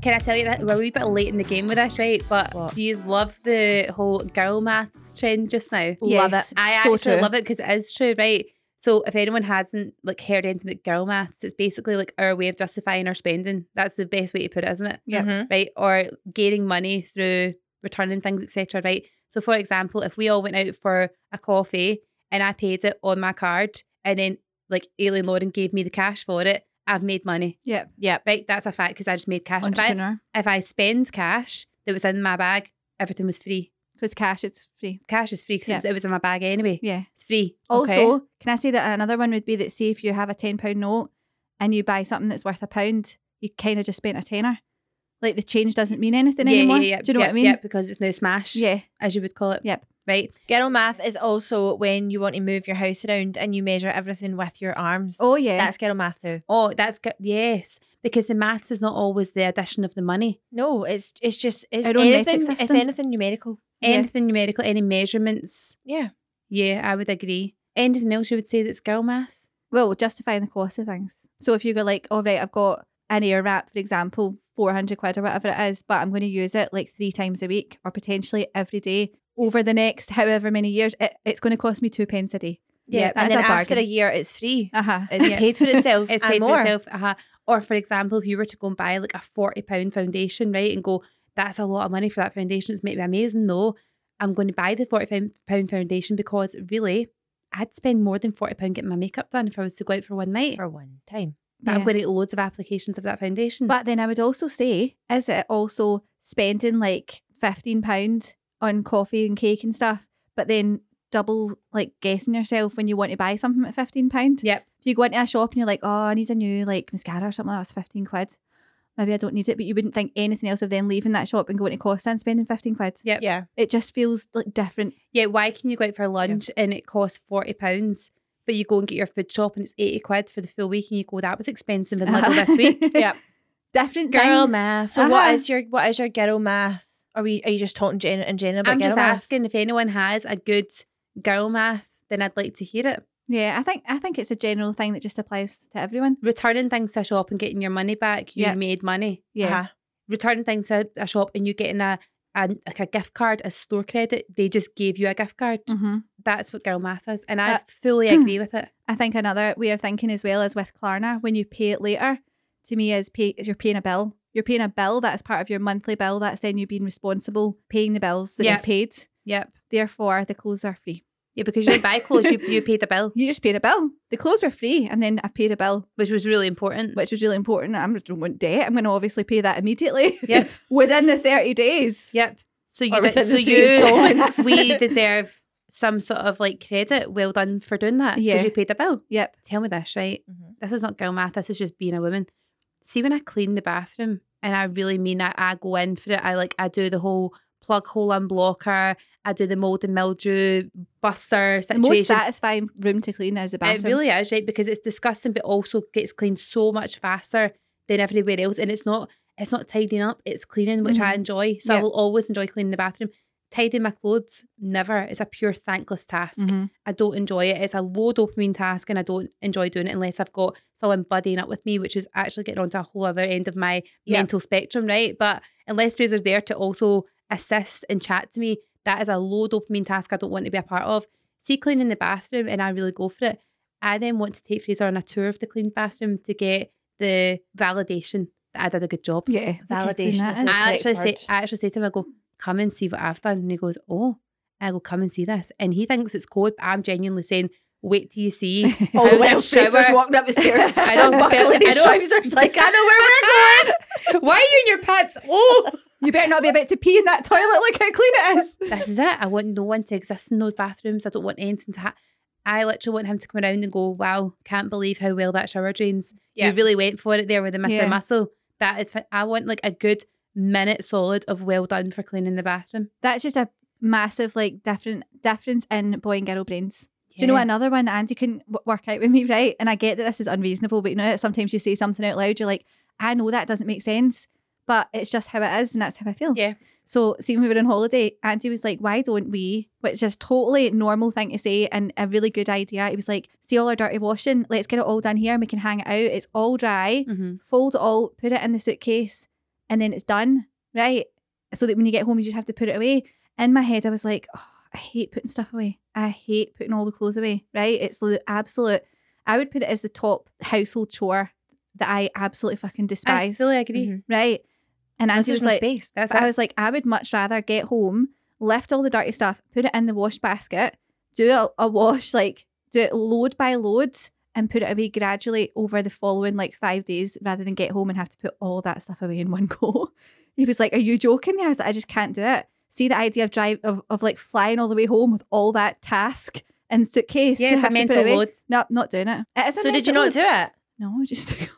[SPEAKER 2] Can I tell you that we're a wee bit late in the game with this, right? But
[SPEAKER 3] What?
[SPEAKER 2] do you love the whole girl maths trend just now?
[SPEAKER 3] Love
[SPEAKER 1] Yes.
[SPEAKER 3] it.
[SPEAKER 2] I
[SPEAKER 1] So
[SPEAKER 2] actually
[SPEAKER 1] true.
[SPEAKER 2] love it because it is true, right? So if anyone hasn't like heard anything about girl maths, it's basically like our way of justifying our spending. That's the best way to put it, isn't it?
[SPEAKER 1] Yeah.
[SPEAKER 3] Mhm.
[SPEAKER 2] Right? Or gaining money through returning things, etc. Right? So for example, if we all went out for a coffee and I paid it on my card, and then like Aileen Lauren gave me the cash for it, I've made money.
[SPEAKER 3] Yep.
[SPEAKER 2] Right, that's a fact because I just made cash. If I,
[SPEAKER 1] entrepreneur
[SPEAKER 2] if I spend cash that was in my bag, everything was free.
[SPEAKER 1] because cash it's free.
[SPEAKER 2] Cash is free because
[SPEAKER 1] Yeah.
[SPEAKER 2] it was in my bag anyway.
[SPEAKER 1] Yeah. Oh,
[SPEAKER 2] It's free.
[SPEAKER 3] Okay.
[SPEAKER 1] Also, can I say that another one would be that say if you have a ten pound note and you buy something that's worth a pound, you kind of just spent a tenner. Like the change doesn't mean anything
[SPEAKER 2] yeah,
[SPEAKER 1] anymore.
[SPEAKER 2] yeah, yeah.
[SPEAKER 1] Do you know what I
[SPEAKER 2] Yep,
[SPEAKER 1] mean?
[SPEAKER 2] Yep, because it's no smash,
[SPEAKER 1] Yeah.
[SPEAKER 2] as you would call it.
[SPEAKER 1] Yep.
[SPEAKER 2] Right.
[SPEAKER 3] Girl math is also when you want to move your house around and you measure everything with your arms.
[SPEAKER 1] Oh yeah.
[SPEAKER 3] That's girl math too.
[SPEAKER 2] Oh, that's good. Yes, because the maths is not always the addition of the money.
[SPEAKER 3] No, it's it's just it's
[SPEAKER 1] Our own metric
[SPEAKER 3] anything it's
[SPEAKER 1] system.
[SPEAKER 3] anything numerical.
[SPEAKER 1] Yeah.
[SPEAKER 2] Anything numerical, any measurements.
[SPEAKER 3] Yeah.
[SPEAKER 2] Yeah, I would agree. Anything else you would say that's girl math?
[SPEAKER 1] well, justifying the cost of things. So if you go like, all right, I've got an air wrap, for example, four hundred quid or whatever it is, but I'm going to use it like three times a week or potentially every day over the next however many years, it, it's going to cost me two pence a day.
[SPEAKER 2] Yeah,
[SPEAKER 1] that's
[SPEAKER 3] and then
[SPEAKER 1] a
[SPEAKER 3] after a
[SPEAKER 1] bargain.
[SPEAKER 3] year it's free.
[SPEAKER 1] Uh huh.
[SPEAKER 3] It's
[SPEAKER 2] Yeah.
[SPEAKER 3] paid for itself.
[SPEAKER 2] It's
[SPEAKER 3] and
[SPEAKER 2] paid
[SPEAKER 3] more.
[SPEAKER 2] for itself. Uh-huh. Or for example, if you were to go and buy like a forty pound foundation, right, and go, that's a lot of money for that foundation. It's maybe amazing though. I'm going to buy the forty pound foundation because really, I'd spend more than forty pound getting my makeup done if I was to go out for one night.
[SPEAKER 3] for one time.
[SPEAKER 2] But I'm going to get loads of applications of that foundation.
[SPEAKER 1] But then I would also say, is it also spending like fifteen pound on coffee and cake and stuff, but then double like guessing yourself when you want to buy something at fifteen pound?
[SPEAKER 2] Yep.
[SPEAKER 1] If you go into a shop and you're like, oh, I need a new like mascara or something like that's fifteen quid. Maybe I don't need it, but you wouldn't think anything else of then leaving that shop and going to Costa and spending fifteen quid.
[SPEAKER 2] Yep.
[SPEAKER 3] Yeah.
[SPEAKER 1] It just feels like different.
[SPEAKER 2] Yeah, why can you go out for lunch and it costs forty pounds, but you go and get your food shop and it's eighty quid for the full week, and you go that was expensive in Lidl this week.
[SPEAKER 3] Yep.
[SPEAKER 1] different
[SPEAKER 2] Girl
[SPEAKER 1] thing.
[SPEAKER 2] math.
[SPEAKER 3] So what
[SPEAKER 1] Uh-huh.
[SPEAKER 3] is your what is your girl math? Are we are you just talking gen- in general about
[SPEAKER 2] I'm
[SPEAKER 3] girl
[SPEAKER 2] just
[SPEAKER 3] math?
[SPEAKER 2] asking if anyone has a good girl math, then I'd like to hear it.
[SPEAKER 1] Yeah, I think I think it's a general thing that just applies to everyone.
[SPEAKER 2] Returning things to a shop and getting your money back, you
[SPEAKER 1] Yeah.
[SPEAKER 2] made money.
[SPEAKER 1] Yeah.
[SPEAKER 3] Uh-huh.
[SPEAKER 2] Returning things to a shop and you getting a, a like a gift card, a store credit, they just gave you a gift card.
[SPEAKER 1] Mm-hmm.
[SPEAKER 2] That's what girl math is. And I
[SPEAKER 1] Uh,
[SPEAKER 2] fully agree with it.
[SPEAKER 1] I think another way of thinking as well is with Klarna, when you pay it later, to me is pay is you're paying a bill. You're paying a bill that is part of your monthly bill. That's then you being responsible paying the bills that
[SPEAKER 2] Yes.
[SPEAKER 1] you paid.
[SPEAKER 2] Yep.
[SPEAKER 1] Therefore, the clothes are free.
[SPEAKER 2] Yeah, because you didn't buy clothes, you, you paid the bill,
[SPEAKER 1] You just paid a bill. The clothes were free, and then I paid a bill,
[SPEAKER 2] which was really important.
[SPEAKER 1] which was really important. I'm I don't want debt. I'm going to obviously pay that immediately.
[SPEAKER 2] Yep.
[SPEAKER 1] within the thirty days.
[SPEAKER 2] Yep. So you
[SPEAKER 3] Or
[SPEAKER 2] did,
[SPEAKER 3] within
[SPEAKER 2] so
[SPEAKER 3] the three installments.
[SPEAKER 2] you we deserve some sort of like credit. Well done for doing that because
[SPEAKER 1] Yeah.
[SPEAKER 2] you paid the bill.
[SPEAKER 1] Yep.
[SPEAKER 2] Tell me this, right?
[SPEAKER 3] Mhm.
[SPEAKER 2] This is not girl math. This is just being a woman. See, when I clean the bathroom, and I really mean I, I go in for it. I like I do the whole plug hole unblocker. I do the mold and mildew buster
[SPEAKER 1] The most
[SPEAKER 2] situation.
[SPEAKER 1] satisfying room to clean is the bathroom.
[SPEAKER 2] It really is, right? Because it's disgusting, but also gets cleaned so much faster than everywhere else. And it's not it's not tidying up, it's cleaning, which I enjoy. So I
[SPEAKER 1] Mm-hmm. Yeah.
[SPEAKER 2] will always enjoy cleaning the bathroom. Tidying my clothes, never. It's a pure thankless task.
[SPEAKER 1] Mhm.
[SPEAKER 2] I don't enjoy it. It's a low dopamine task and I don't enjoy doing it unless I've got someone buddying up with me, which is actually getting onto a whole other end of my
[SPEAKER 3] Yeah.
[SPEAKER 2] mental spectrum, right? But unless Fraser's there to also assist and chat to me, that is a low dopamine task I don't want to be a part of. See cleaning the bathroom and I really go for it. I then want to take Fraser on a tour of the clean bathroom to get the validation that I did a good job.
[SPEAKER 1] Yeah.
[SPEAKER 3] Validation is the-
[SPEAKER 2] I
[SPEAKER 3] correct
[SPEAKER 2] actually say
[SPEAKER 3] word.
[SPEAKER 2] I actually say to him, I go, come and see what I've done. And he goes, Oh, I go, come and see this. And he thinks it's code, but I'm genuinely saying, wait till you see.
[SPEAKER 1] Oh,
[SPEAKER 2] how
[SPEAKER 3] well,
[SPEAKER 2] the shower-
[SPEAKER 3] walking up the stairs.
[SPEAKER 2] I don't feel-
[SPEAKER 3] buckling his
[SPEAKER 2] I don't-
[SPEAKER 3] trousers like I know where we're going. Why are you in your pants? Oh,
[SPEAKER 1] You better not be about to pee in that toilet. Look how clean it is.
[SPEAKER 2] this is it. I want no one to exist in those bathrooms. I don't want anything to ha- I literally want him to come around and go, Wow, can't believe how well that shower drains.
[SPEAKER 3] Yeah.
[SPEAKER 2] You really went for it there with the Mr.
[SPEAKER 1] Yeah.
[SPEAKER 2] Muscle. That is fin- I want like a good minute solid of well done for cleaning the bathroom.
[SPEAKER 1] that's just a massive like different difference in boy and girl brains. Do you know
[SPEAKER 2] Yeah.
[SPEAKER 1] another one that Andy couldn't w- work out with me, right? And I get that this is unreasonable, but you know sometimes you say something out loud, you're like, I know that doesn't make sense, but it's just how it is, and that's how I feel.
[SPEAKER 3] Yeah.
[SPEAKER 1] So, see, when we were on holiday, Andy was like, "Why don't we?" Which is totally a normal thing to say and a really good idea. He was like, "See all our dirty washing. Let's get it all done here, and we can hang it out. It's all dry.
[SPEAKER 2] Mhm.
[SPEAKER 1] Fold it all, put it in the suitcase, and then it's done, right? So that when you get home, you just have to put it away. In my head, I was like, oh, I hate putting stuff away. I hate putting all the clothes away, right? It's the absolute, I would put it as the top household chore that I absolutely fucking
[SPEAKER 2] I
[SPEAKER 1] despise,
[SPEAKER 2] fully agree.
[SPEAKER 1] mm-hmm.
[SPEAKER 3] Mhm.
[SPEAKER 1] right? And I was
[SPEAKER 3] There's
[SPEAKER 1] just
[SPEAKER 3] no
[SPEAKER 1] like,
[SPEAKER 3] space.
[SPEAKER 2] That's
[SPEAKER 1] but
[SPEAKER 2] it.
[SPEAKER 1] I was like, I would much rather get home, lift all the dirty stuff, put it in the wash basket, do a, a wash, like do it load by load, and put it away gradually over the following like five days rather than get home and have to put all that stuff away in one go. He was like, Are you joking me? I was like, I just can't do it. See the idea of drive of, of like flying all the way home with all that task and suitcase.
[SPEAKER 2] Yeah,
[SPEAKER 1] to
[SPEAKER 2] it's a
[SPEAKER 1] have to put
[SPEAKER 2] mental
[SPEAKER 1] away.
[SPEAKER 2] load.
[SPEAKER 1] No, not doing it. it is a
[SPEAKER 3] So did you
[SPEAKER 1] mental
[SPEAKER 3] not do
[SPEAKER 1] load.
[SPEAKER 3] it?
[SPEAKER 1] No, I just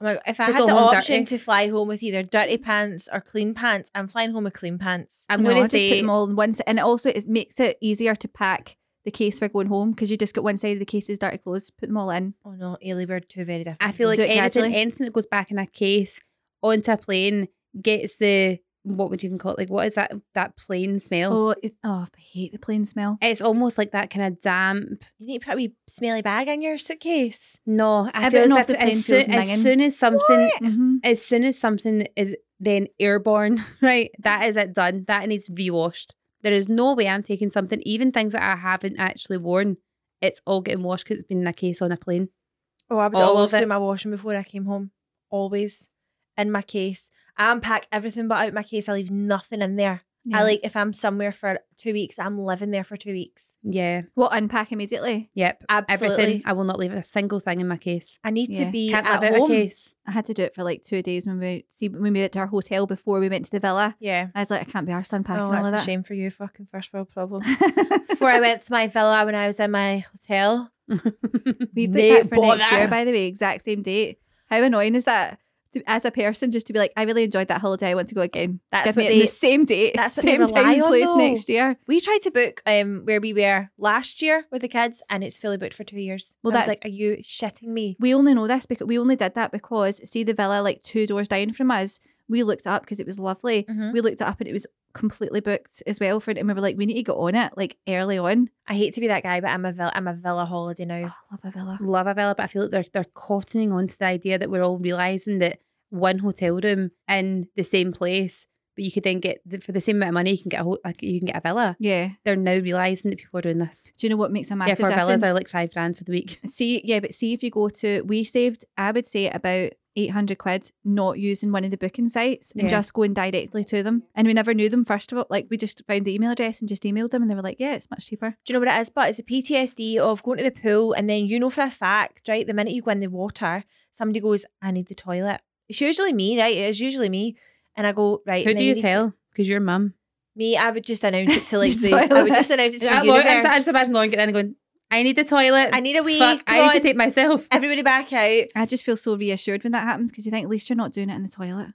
[SPEAKER 3] Oh my God. If I
[SPEAKER 2] To
[SPEAKER 3] had
[SPEAKER 2] go
[SPEAKER 3] the
[SPEAKER 2] home
[SPEAKER 3] option
[SPEAKER 2] dirty.
[SPEAKER 3] to fly home with either dirty pants or clean pants, I'm flying home with clean pants.
[SPEAKER 2] I'm
[SPEAKER 1] No, I
[SPEAKER 2] going to
[SPEAKER 1] just put
[SPEAKER 2] say
[SPEAKER 1] them all in one. si- And it also it makes it easier to pack the case for going home because you just got one side of the case's dirty clothes, put them all in.
[SPEAKER 3] Oh no, Ailey, we're two very different.
[SPEAKER 2] I feel like
[SPEAKER 1] Do it
[SPEAKER 2] anything,
[SPEAKER 1] gradually.
[SPEAKER 2] anything that goes back in a case onto a plane gets the what would you even call it? Like what is that that plane smell?
[SPEAKER 1] Oh, it, oh I hate the plain smell.
[SPEAKER 3] Eh,
[SPEAKER 2] It's almost like that kind of damp.
[SPEAKER 3] you need to put a wee smelly bag in your suitcase.
[SPEAKER 2] No, I
[SPEAKER 1] Everything
[SPEAKER 2] feel
[SPEAKER 1] off
[SPEAKER 2] as,
[SPEAKER 1] the
[SPEAKER 2] if, as,
[SPEAKER 1] plane feels
[SPEAKER 2] soon, as
[SPEAKER 1] minging.
[SPEAKER 2] soon as something,
[SPEAKER 3] eh,
[SPEAKER 1] Mhm.
[SPEAKER 2] as soon as something is then airborne, right? That is it done. That needs rewashed. There is no way I'm taking something, even things that I haven't actually worn. It's all getting washed because it's been in a case on a plane.
[SPEAKER 3] Oh, I would
[SPEAKER 2] All
[SPEAKER 3] always
[SPEAKER 2] of it.
[SPEAKER 3] do my washing before I came home. Always in my case. I unpack everything but out my case. I leave nothing in there.
[SPEAKER 1] Yeah.
[SPEAKER 3] I like if I'm somewhere for two weeks, I'm living there for two weeks.
[SPEAKER 2] Yeah.
[SPEAKER 1] What unpack immediately?
[SPEAKER 2] Yep.
[SPEAKER 3] Absolutely.
[SPEAKER 2] Everything. I will not leave a single thing in my case.
[SPEAKER 3] I need
[SPEAKER 1] Yeah.
[SPEAKER 3] to be
[SPEAKER 2] Can't
[SPEAKER 3] at
[SPEAKER 2] live out
[SPEAKER 3] home.
[SPEAKER 2] a case.
[SPEAKER 1] I had to do it for like two days when we see when we moved to our hotel before we went to the villa.
[SPEAKER 3] Yeah.
[SPEAKER 1] I was like, I can't be arsed unpacking
[SPEAKER 3] Oh,
[SPEAKER 1] all
[SPEAKER 3] that's
[SPEAKER 1] of
[SPEAKER 3] a
[SPEAKER 1] that.
[SPEAKER 3] shame for you, fucking first world problem. Before I went to my villa when I was in my hotel,
[SPEAKER 1] we booked
[SPEAKER 3] No
[SPEAKER 1] that for next
[SPEAKER 3] bother.
[SPEAKER 1] year, by the way, exact same date. How annoying is that? To- As a person, just to be like, I really enjoyed that holiday. I want to go again.
[SPEAKER 3] That's
[SPEAKER 1] Give
[SPEAKER 3] what
[SPEAKER 1] me it on
[SPEAKER 3] they-
[SPEAKER 1] the same date,
[SPEAKER 3] that's what they
[SPEAKER 1] same
[SPEAKER 3] rely
[SPEAKER 1] time,
[SPEAKER 3] on,
[SPEAKER 1] place
[SPEAKER 3] though.
[SPEAKER 1] next year.
[SPEAKER 3] we tried to book um where we were last year with the kids, and it's fully booked for two years.
[SPEAKER 1] Well,
[SPEAKER 3] I was
[SPEAKER 1] that-
[SPEAKER 3] like, "Are you shitting me?"
[SPEAKER 1] We only know this because we only did that because see the villa like two doors down from us. We looked it up because it was lovely.
[SPEAKER 2] Mm-hmm.
[SPEAKER 3] Mhm.
[SPEAKER 1] We looked it up and it was completely booked as well for it. And we were like, we need to get on it like early on.
[SPEAKER 3] I hate to be that guy, but I'm a villa. I'm a villa holiday now.
[SPEAKER 1] Oh, I love a villa.
[SPEAKER 2] love a villa, but I feel like they're they're cottoning onto the idea that we're all realizing that one hotel room in the same place, but you could then get the, for the same amount of money you can get a ho- like you can get a villa.
[SPEAKER 1] Yeah.
[SPEAKER 2] They're now realizing that people are doing this.
[SPEAKER 1] Do you know what makes a massive
[SPEAKER 2] yeah, for
[SPEAKER 1] difference?
[SPEAKER 2] villas are like five grand for the week.
[SPEAKER 1] See, yeah, but see if you go to, we saved, I would say about 800 quid not using one of the booking sites and
[SPEAKER 2] Yeah.
[SPEAKER 1] just going directly to them. And we never knew them, first of all. Like, we just found the email address and just emailed them, and they were like, yeah, it's much cheaper.
[SPEAKER 3] Do you know what it is? But it's the PTSD of going to the pool and then you know for a fact, right? The minute you go in the water, somebody goes, I need the toilet. It's usually me, right? It is usually me. And I go, right.
[SPEAKER 2] Who
[SPEAKER 3] and
[SPEAKER 2] do
[SPEAKER 3] then
[SPEAKER 2] you
[SPEAKER 3] need-
[SPEAKER 2] tell? Because you're mum.
[SPEAKER 3] Me, I would just announce it to like the,
[SPEAKER 1] Toilet.
[SPEAKER 3] I would just announce it to the
[SPEAKER 2] I, Lauren- I just, I just
[SPEAKER 3] universe.
[SPEAKER 2] imagine Lauren getting in and going, I need the toilet.
[SPEAKER 3] I need a wee,
[SPEAKER 2] Fuck,
[SPEAKER 3] come
[SPEAKER 2] I need
[SPEAKER 3] on.
[SPEAKER 2] to take myself.
[SPEAKER 3] everybody back out.
[SPEAKER 1] I just feel so reassured when that happens because you think, at least you're not doing it in the toilet.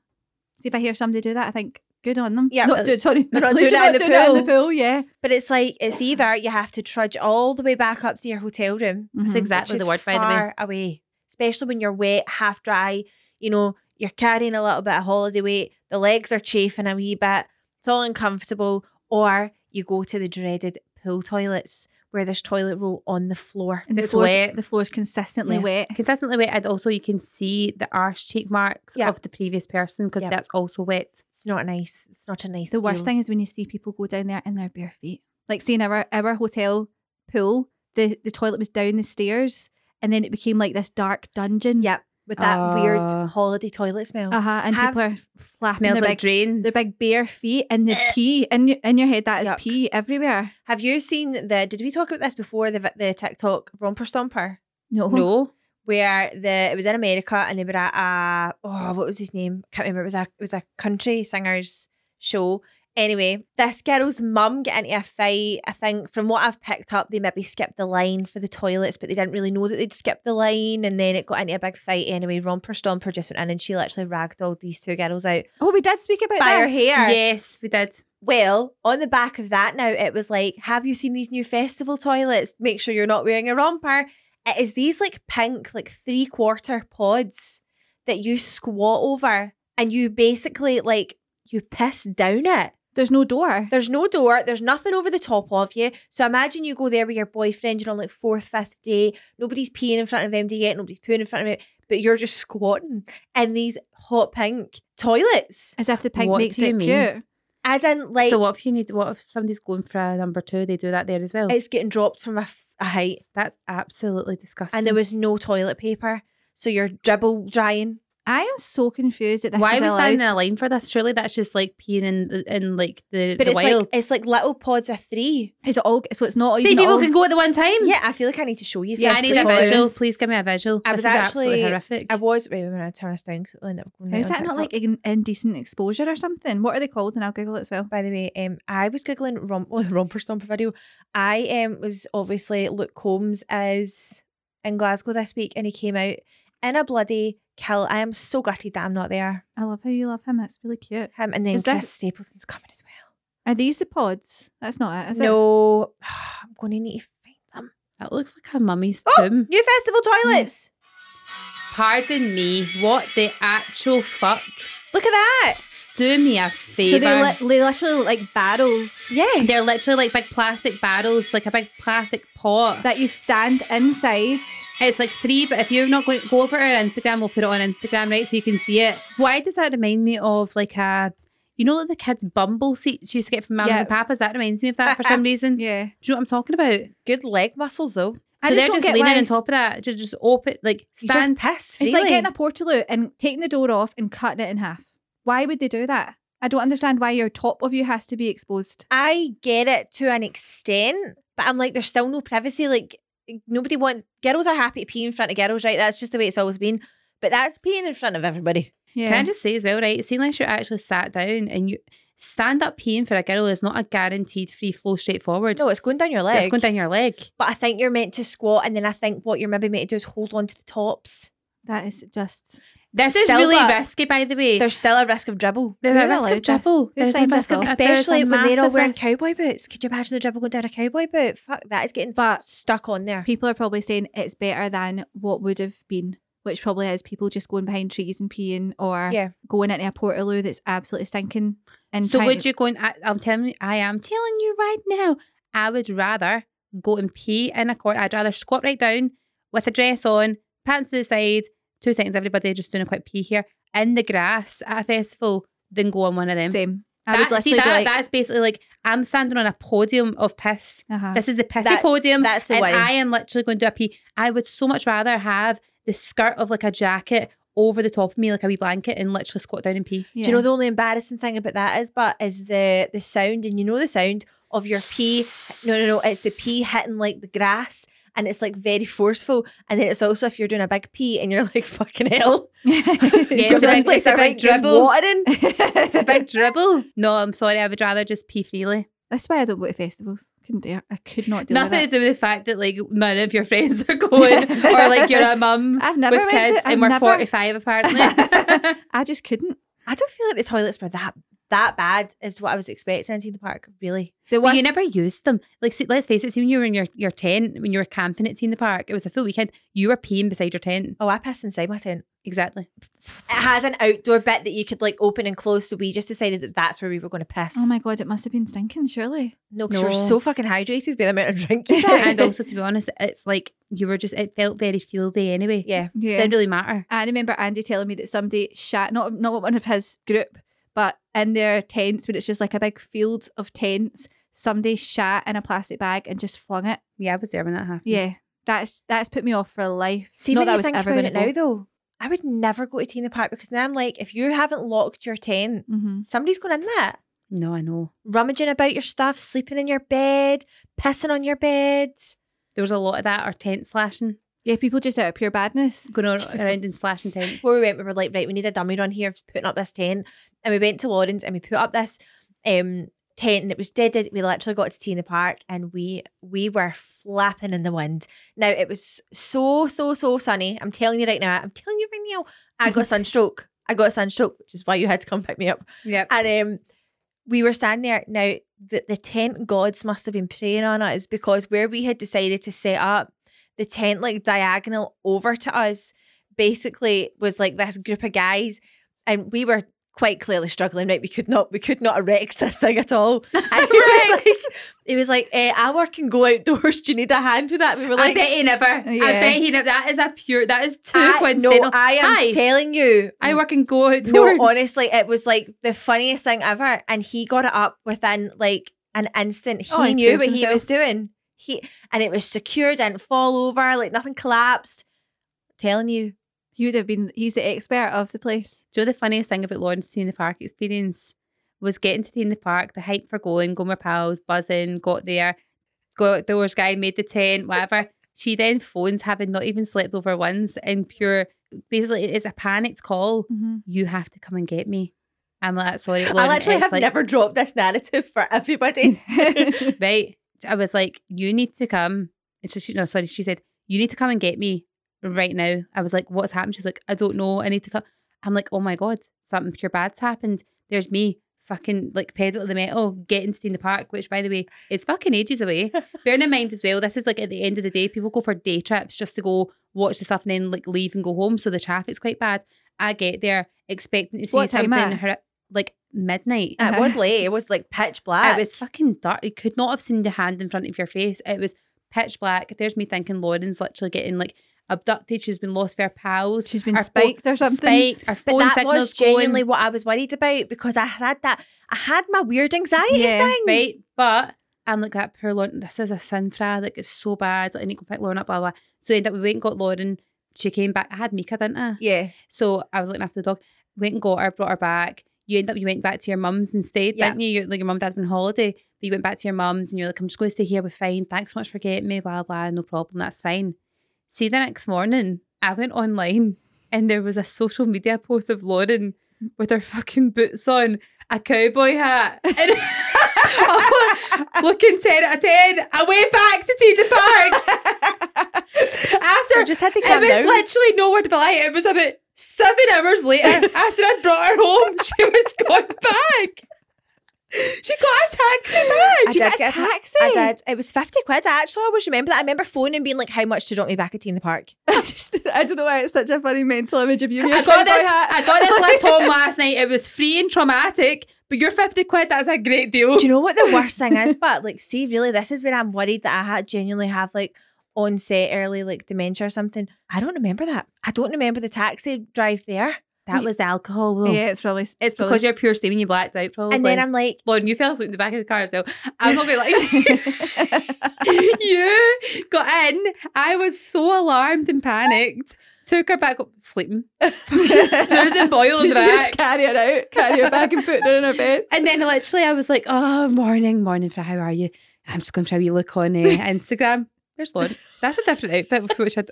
[SPEAKER 1] See, if I hear somebody do that, I think, good on them.
[SPEAKER 3] Yeah,
[SPEAKER 1] Not
[SPEAKER 2] but-
[SPEAKER 1] do, sorry.
[SPEAKER 3] They're not
[SPEAKER 1] At least
[SPEAKER 3] doing
[SPEAKER 1] you're
[SPEAKER 3] it in the
[SPEAKER 1] doing it in the pool, yeah.
[SPEAKER 3] But it's like, it's either you have to trudge all the way back up to your hotel room,
[SPEAKER 2] That's
[SPEAKER 1] Mhm.
[SPEAKER 2] exactly
[SPEAKER 3] which
[SPEAKER 2] the
[SPEAKER 3] is
[SPEAKER 2] word, by the way.
[SPEAKER 3] far away, especially when you're wet, half dry, you know, you're carrying a little bit of holiday weight, the legs are chafing a wee bit, it's all uncomfortable, or you go to the dreaded pool toilets where there's toilet roll on the floor.
[SPEAKER 1] And the
[SPEAKER 2] It's
[SPEAKER 1] floor's,
[SPEAKER 2] wet.
[SPEAKER 1] the floor's consistently
[SPEAKER 2] Yeah.
[SPEAKER 1] wet.
[SPEAKER 2] Consistently wet, and also you can see the arse cheek marks
[SPEAKER 3] Yeah.
[SPEAKER 2] of the previous person because
[SPEAKER 3] Yeah.
[SPEAKER 2] that's also wet.
[SPEAKER 3] It's not nice. It's not a nice
[SPEAKER 1] The worst
[SPEAKER 3] feel.
[SPEAKER 1] thing is when you see people go down there in their bare feet. Like seeing our our hotel pool, the, the toilet was down the stairs and then it became like this dark dungeon.
[SPEAKER 3] Yep. With that weird
[SPEAKER 2] Ah.
[SPEAKER 3] holiday toilet smell.
[SPEAKER 1] Uh-huh. And
[SPEAKER 3] Have-
[SPEAKER 1] people are flapping
[SPEAKER 2] Smells
[SPEAKER 1] their
[SPEAKER 2] like
[SPEAKER 1] big
[SPEAKER 2] drains.
[SPEAKER 1] their big bare feet and the pee in your in your head that is
[SPEAKER 3] Yuck.
[SPEAKER 1] pee everywhere.
[SPEAKER 3] Have you seen the, did we talk about this before, the, vi- the TikTok romper stomper?
[SPEAKER 1] No.
[SPEAKER 2] No.
[SPEAKER 3] where the it was in America and they were at a oh what was his name can't remember it was a it was a country singers show anyway this girl's mum got into a fight I think from what I've picked up they maybe skipped the line for the toilets but they didn't really know that they'd skipped the line and then it got into a big fight anyway Romper Stomper just went in and she literally ragdolled these two girls out
[SPEAKER 1] Oh, we did speak about
[SPEAKER 3] by her
[SPEAKER 1] this.
[SPEAKER 3] hair
[SPEAKER 2] Yes, we did.
[SPEAKER 3] well, on the back of that now, it was like, have you seen these new festival toilets? Make sure you're not wearing a romper. It is these like pink, like three quarter pods that you squat over and you basically like, you piss down it.
[SPEAKER 1] There's no door.
[SPEAKER 3] There's no door, there's nothing over the top of you. So imagine you go there with your boyfriend, you're on like fourth, fifth day, nobody's peeing in front of MD yet, nobody's pooing in front of it, but you're just squatting in these hot pink toilets.
[SPEAKER 1] As if the pig
[SPEAKER 2] What
[SPEAKER 1] makes
[SPEAKER 2] do you
[SPEAKER 1] it
[SPEAKER 2] mean?
[SPEAKER 1] cute.
[SPEAKER 3] As in, like,
[SPEAKER 2] so what if you need? What if somebody's going for a number two? They do that there as well.
[SPEAKER 3] it's getting dropped from a, f- a height.
[SPEAKER 2] That's absolutely disgusting.
[SPEAKER 3] and there was no toilet paper. So you're dribble drying.
[SPEAKER 1] I am so confused at this.
[SPEAKER 2] Why
[SPEAKER 1] is
[SPEAKER 2] we
[SPEAKER 1] allowed.
[SPEAKER 2] stand in a line for this? Surely that's just like peeing in the, in like the,
[SPEAKER 3] But
[SPEAKER 2] the
[SPEAKER 3] it's
[SPEAKER 2] wild.
[SPEAKER 3] like it's like little pods of three.
[SPEAKER 1] It's all so it's not
[SPEAKER 2] Three
[SPEAKER 1] even
[SPEAKER 2] people
[SPEAKER 1] all,
[SPEAKER 2] can go at the one time.
[SPEAKER 3] Yeah, I feel like I need to show you.
[SPEAKER 1] Hmm. Yeah,
[SPEAKER 3] this,
[SPEAKER 2] I need a
[SPEAKER 1] please.
[SPEAKER 2] visual. Please give me a visual.
[SPEAKER 3] I
[SPEAKER 2] this is
[SPEAKER 3] was
[SPEAKER 2] absolutely
[SPEAKER 3] actually-
[SPEAKER 2] horrific.
[SPEAKER 3] I was wait, wait, wait, I turn this down because it'll end up going.
[SPEAKER 1] How
[SPEAKER 3] right
[SPEAKER 1] is
[SPEAKER 3] on
[SPEAKER 1] that not
[SPEAKER 3] TikTok.
[SPEAKER 1] like in, indecent exposure or something? What are they called? And I'll Google it as well.
[SPEAKER 3] By the way, um, I was googling rom- oh, the romper stomper video. I um was obviously Luke Combs is in Glasgow this week, and he came out in a bloody kill. I am so gutted that I'm not there.
[SPEAKER 1] I love how you love him. That's really cute.
[SPEAKER 3] Him and then
[SPEAKER 1] Is
[SPEAKER 3] Chris
[SPEAKER 1] that-
[SPEAKER 3] Stapleton's coming as well.
[SPEAKER 1] Are these the pods? That's not it, is it?
[SPEAKER 3] no, I'm going to need to find them.
[SPEAKER 2] that looks like a mummy's
[SPEAKER 3] Oh,
[SPEAKER 2] tomb.
[SPEAKER 3] new festival toilets.
[SPEAKER 2] Pardon me. What the actual fuck?
[SPEAKER 1] Hmm.
[SPEAKER 3] Look at that.
[SPEAKER 2] Do me a favor.
[SPEAKER 1] So they, li- they literally look like barrels
[SPEAKER 3] Yes,
[SPEAKER 2] They're literally like big plastic barrels, like a big plastic pot.
[SPEAKER 1] that you stand inside.
[SPEAKER 2] It's like three, but if you're not going to go over to our Instagram, we'll put it on Instagram, right? So you can see it. Why does that remind me of like a, you know, like the kids' bumble seats you used to get from mamas
[SPEAKER 1] Yeah.
[SPEAKER 2] and papas? That reminds me of that for some reason.
[SPEAKER 1] Yeah.
[SPEAKER 2] Do you know what I'm talking about?
[SPEAKER 3] good leg muscles though.
[SPEAKER 1] I
[SPEAKER 2] so
[SPEAKER 1] just
[SPEAKER 2] they're
[SPEAKER 1] don't
[SPEAKER 2] just
[SPEAKER 1] get
[SPEAKER 2] leaning
[SPEAKER 1] why-
[SPEAKER 2] on top of that. Just, just open, like
[SPEAKER 3] You just
[SPEAKER 2] stand.
[SPEAKER 3] piss.
[SPEAKER 1] It's eh? like
[SPEAKER 3] freely.
[SPEAKER 1] getting a portaloo and taking the door off and cutting it in half. Why would they do that? I don't understand why your top of you has to be exposed.
[SPEAKER 3] I get it to an extent, but I'm like, there's still no privacy. Like eh, nobody want girls are happy to pee in front of girls, right? That's just the way it's always been. But that's peeing in front of everybody.
[SPEAKER 1] Yeah.
[SPEAKER 2] Can I just say as well, right? See, unless you're actually sat down and you stand up peeing for a girl is not a guaranteed free flow straight forward.
[SPEAKER 3] No, it's going down your leg.
[SPEAKER 2] It's going down your leg.
[SPEAKER 3] But I think you're meant to squat, and then I think what you're maybe meant to do is hold on to the tops.
[SPEAKER 1] that is just.
[SPEAKER 2] This
[SPEAKER 3] Still,
[SPEAKER 2] is really
[SPEAKER 3] but
[SPEAKER 2] risky, by the way.
[SPEAKER 3] There's still a risk of dribble,
[SPEAKER 2] There's
[SPEAKER 1] Who
[SPEAKER 2] a risk
[SPEAKER 1] allowed
[SPEAKER 2] of
[SPEAKER 1] this?
[SPEAKER 2] dribble.
[SPEAKER 1] Who
[SPEAKER 2] There's a
[SPEAKER 1] signed
[SPEAKER 2] risk
[SPEAKER 1] this
[SPEAKER 2] of
[SPEAKER 1] off?
[SPEAKER 2] there's a
[SPEAKER 3] especially when they're all
[SPEAKER 2] massive
[SPEAKER 3] wearing
[SPEAKER 2] risk.
[SPEAKER 3] cowboy boots. Could you imagine the dribble going down a cowboy boot? Fuck, that is getting
[SPEAKER 1] But
[SPEAKER 3] stuck on there.
[SPEAKER 1] people are probably saying it's better than what would have been, which probably is people just going behind trees and peeing or
[SPEAKER 3] Yeah.
[SPEAKER 1] going into a portaloo that's absolutely stinking. And
[SPEAKER 2] So
[SPEAKER 1] trying
[SPEAKER 2] would
[SPEAKER 1] to-
[SPEAKER 2] you go and I, I'm telling you, I am telling you right now, I would rather go and pee in a court. I'd rather squat right down with a dress on, pants to the side, two seconds, everybody just doing a quick pee here in the grass at a festival than go on one of them.
[SPEAKER 1] same? I
[SPEAKER 2] That,
[SPEAKER 1] would literally
[SPEAKER 2] see that?
[SPEAKER 1] be like,
[SPEAKER 2] that's basically like I'm standing on a podium of piss.
[SPEAKER 1] uh-huh.
[SPEAKER 2] This is the pissy
[SPEAKER 3] That-
[SPEAKER 2] podium.
[SPEAKER 3] that's the
[SPEAKER 2] and
[SPEAKER 3] worry.
[SPEAKER 2] I am literally going to do a pee. I would so much rather have the skirt of like a jacket over the top of me, like a wee blanket, and literally squat down and pee.
[SPEAKER 3] Do you know the only embarrassing thing about that is, but is the the sound, and you know the sound of your pee. No, no, no. It's the pee hitting like the grass, and it's like very forceful. And then it's also if you're doing a big pee and you're like fucking hell,
[SPEAKER 1] yeah.
[SPEAKER 2] it's
[SPEAKER 3] because
[SPEAKER 2] a
[SPEAKER 3] this
[SPEAKER 2] big-
[SPEAKER 3] place
[SPEAKER 2] it's a
[SPEAKER 3] are
[SPEAKER 2] big
[SPEAKER 3] like just
[SPEAKER 2] dribble.
[SPEAKER 3] watering.
[SPEAKER 2] it's a big dribble. No, I'm sorry. I would rather just pee freely.
[SPEAKER 1] That's why I don't go to festivals. Couldn't do it. I could not do
[SPEAKER 2] Nothing to
[SPEAKER 1] it.
[SPEAKER 2] do with the fact that like none of your friends are going, or like you're a mum
[SPEAKER 1] I've never
[SPEAKER 2] with
[SPEAKER 1] went to-
[SPEAKER 2] kids,
[SPEAKER 1] I've
[SPEAKER 2] and we're
[SPEAKER 1] never-
[SPEAKER 2] 45 apparently.
[SPEAKER 1] I just couldn't.
[SPEAKER 3] I don't feel like the toilets were that that bad. Is what I was expecting in the park. Really,
[SPEAKER 1] The
[SPEAKER 2] But
[SPEAKER 1] worst
[SPEAKER 2] you never used them. Like, see, let's face it, see, when you were in your, your tent, when you were camping at Tea in the Park, it was a full weekend. You were peeing beside your tent.
[SPEAKER 3] oh, I pissed inside my tent.
[SPEAKER 2] Exactly.
[SPEAKER 3] It had an outdoor bit that you could like open and close, so we just decided that that's where we were going to piss.
[SPEAKER 1] Oh my god, it must have been stinking, surely.
[SPEAKER 3] no, because we
[SPEAKER 2] No.
[SPEAKER 3] were so fucking hydrated by the amount of drink you drank.
[SPEAKER 2] and also, to be honest, it's like you were just, it felt very fieldy anyway.
[SPEAKER 3] yeah.
[SPEAKER 2] It
[SPEAKER 1] Yeah.
[SPEAKER 2] didn't really matter.
[SPEAKER 1] I remember Andy telling me that somebody shat not not one of his group, but in their tents, but it's just like a big field of tents. Somebody shat in a plastic bag and just flung it.
[SPEAKER 2] Yeah, I was there when that happened.
[SPEAKER 1] Yeah. That's that's put me off for life.
[SPEAKER 3] See,
[SPEAKER 1] not
[SPEAKER 3] when
[SPEAKER 1] that I
[SPEAKER 3] you
[SPEAKER 1] was
[SPEAKER 3] think
[SPEAKER 1] ever
[SPEAKER 3] about it
[SPEAKER 1] going
[SPEAKER 3] now, though, I would never go to tea in the park because now I'm like, if you haven't locked your tent,
[SPEAKER 1] hmm
[SPEAKER 3] somebody's going in that,
[SPEAKER 2] No, I know.
[SPEAKER 3] rummaging about your stuff, sleeping in your bed, pissing on your bed.
[SPEAKER 2] There was a lot of that, or tent slashing,
[SPEAKER 1] Yeah, people just out of pure badness.
[SPEAKER 2] going on around and slashing tents.
[SPEAKER 3] Before we went, we were like, right, we need a dummy run here, of putting up this tent, and we went to Lauren's and we put up this um tent, and it was dead. dead. We literally got to tea in the park, and we we were flapping in the wind. Now it was so so so sunny. I'm telling you right now. I'm telling you right now. I got sunstroke. I got sunstroke, which is why you had to come pick me up.
[SPEAKER 2] Yep.
[SPEAKER 3] And um, we were standing there. Now, the, the tent gods must have been preying on us because where we had decided to set up, the tent like diagonal over to us basically was like this group of guys. And we were quite clearly struggling, right? We could not, we could not erect this thing at all. And he was like, he was like, eh, I work and go outdoors. Do you need a hand with that? We were
[SPEAKER 2] I
[SPEAKER 3] like,
[SPEAKER 2] bet he never. I
[SPEAKER 1] Yeah.
[SPEAKER 2] bet he never. That is a pure, that is too
[SPEAKER 3] "I-
[SPEAKER 2] coincidental.
[SPEAKER 3] no, I am
[SPEAKER 2] Hi,
[SPEAKER 3] telling you.
[SPEAKER 2] I work and go
[SPEAKER 3] No,
[SPEAKER 2] outdoors.
[SPEAKER 3] honestly, it was like the funniest thing ever. And he got it up within like an instant. He
[SPEAKER 1] Oh, he
[SPEAKER 3] knew
[SPEAKER 1] proved
[SPEAKER 3] what he
[SPEAKER 1] himself.
[SPEAKER 3] was doing. He and it was secure, didn't fall over, like nothing collapsed. telling you,
[SPEAKER 1] He would have been. He's the expert of the place.
[SPEAKER 2] Do you know the funniest thing about Lauren's Tea in the Park experience was getting to Tea in the Park, the hype for going, going with pals, buzzing, got there, got outdoors guy, made the tent, whatever. she then phones, having not even slept over once, and pure, basically, it's a panicked call.
[SPEAKER 3] Mm-hmm.
[SPEAKER 2] You have to come and get me. I'm like, sorry, Lauren.
[SPEAKER 3] I literally
[SPEAKER 2] it's
[SPEAKER 3] have
[SPEAKER 2] like,
[SPEAKER 3] never dropped this narrative for everybody.
[SPEAKER 2] right. I was like, you need to come. And so she, no, sorry, she said, you need to come and get me right now. I was like, what's happened? She's like, I don't know. I need to come. I'm like, oh my God, something pure bad's happened. There's me fucking like pedal to the metal, getting to in the park, which by the way, is fucking ages away. Bearing in mind as well, this is like at the end of the day, people go for day trips just to go watch the stuff and then like leave and go home. So the traffic's quite bad. I get there expecting to see
[SPEAKER 1] What time
[SPEAKER 2] something
[SPEAKER 1] at?
[SPEAKER 2] hor- like midnight.
[SPEAKER 3] it was late. It was like pitch black.
[SPEAKER 2] It was fucking dark. You could not have seen the hand in front of your face. It was pitch black. There's me thinking Lauren's literally getting like abducted. She's been lost for her pals.
[SPEAKER 1] She's been
[SPEAKER 2] Her phone-
[SPEAKER 1] spiked or something.
[SPEAKER 2] Spiked. Her phone
[SPEAKER 3] But that
[SPEAKER 2] signal's
[SPEAKER 3] was genuinely
[SPEAKER 2] going,
[SPEAKER 3] what I was worried about because I had that. I had my weird anxiety
[SPEAKER 1] Yeah,
[SPEAKER 3] thing.
[SPEAKER 2] right. But I'm like that poor Lauren. This is a sinfra. Like it's so bad. Like, I need to go pick Lauren up. Blah blah. blah. So end up we went and got Lauren. She came back. I had Mika, didn't I?
[SPEAKER 3] Yeah.
[SPEAKER 2] So I was looking after the dog. Went and got her, brought her back. You end up you went back to your mum's instead,
[SPEAKER 3] Yeah.
[SPEAKER 2] didn't you? you like your mum and dad were on holiday, but you went back to your mum's and you're like, I'm just going to stay here. We're fine. Thanks so much for getting me. Blah blah. No problem. That's fine. See the next morning, I went online and there was a social media post of Lauren with her fucking boots on, a cowboy hat, and looking ten out of ten. I went back to Tea in the Park after
[SPEAKER 3] So I just had to
[SPEAKER 2] it
[SPEAKER 3] calm
[SPEAKER 2] was
[SPEAKER 3] down.
[SPEAKER 2] literally no word to lie. It was about seven hours later after I brought her home. She was gone back. She got a taxi back.
[SPEAKER 3] I did
[SPEAKER 1] She got a
[SPEAKER 3] get a ta-
[SPEAKER 1] taxi.
[SPEAKER 3] I did. It was 50 quid. I actually always remember that. I remember phoning and being like, how much to drop me back at Tea in the Park?
[SPEAKER 1] I just, I don't know why it's such a funny mental image of you. in
[SPEAKER 2] I
[SPEAKER 1] your
[SPEAKER 2] got
[SPEAKER 1] cowboy
[SPEAKER 2] this.
[SPEAKER 1] hat.
[SPEAKER 2] I got this left home last night. It was free and traumatic, but your fifty quid. That's a great deal.
[SPEAKER 3] Do you know what the worst thing is? But like, see, really, this is where I'm worried that I had genuinely have like onset early like dementia or something. I don't remember that. I don't remember the taxi drive there.
[SPEAKER 2] That was the alcohol. Will.
[SPEAKER 1] Yeah, it's probably
[SPEAKER 2] It's because you're pure steaming. You blacked out probably.
[SPEAKER 3] And then I'm like,
[SPEAKER 2] Lauren, you fell asleep in the back of the car, so I'm not gonna like you got in. I was so alarmed and panicked. Took her back up sleeping. Snoozing boil in the back.
[SPEAKER 1] just carry it out, carry it back, and put it in her bed.
[SPEAKER 2] And then literally I was like, oh morning, morning for how are you? I'm just gonna try a wee look on uh, Instagram. There's Lauren. That's a different outfit for which I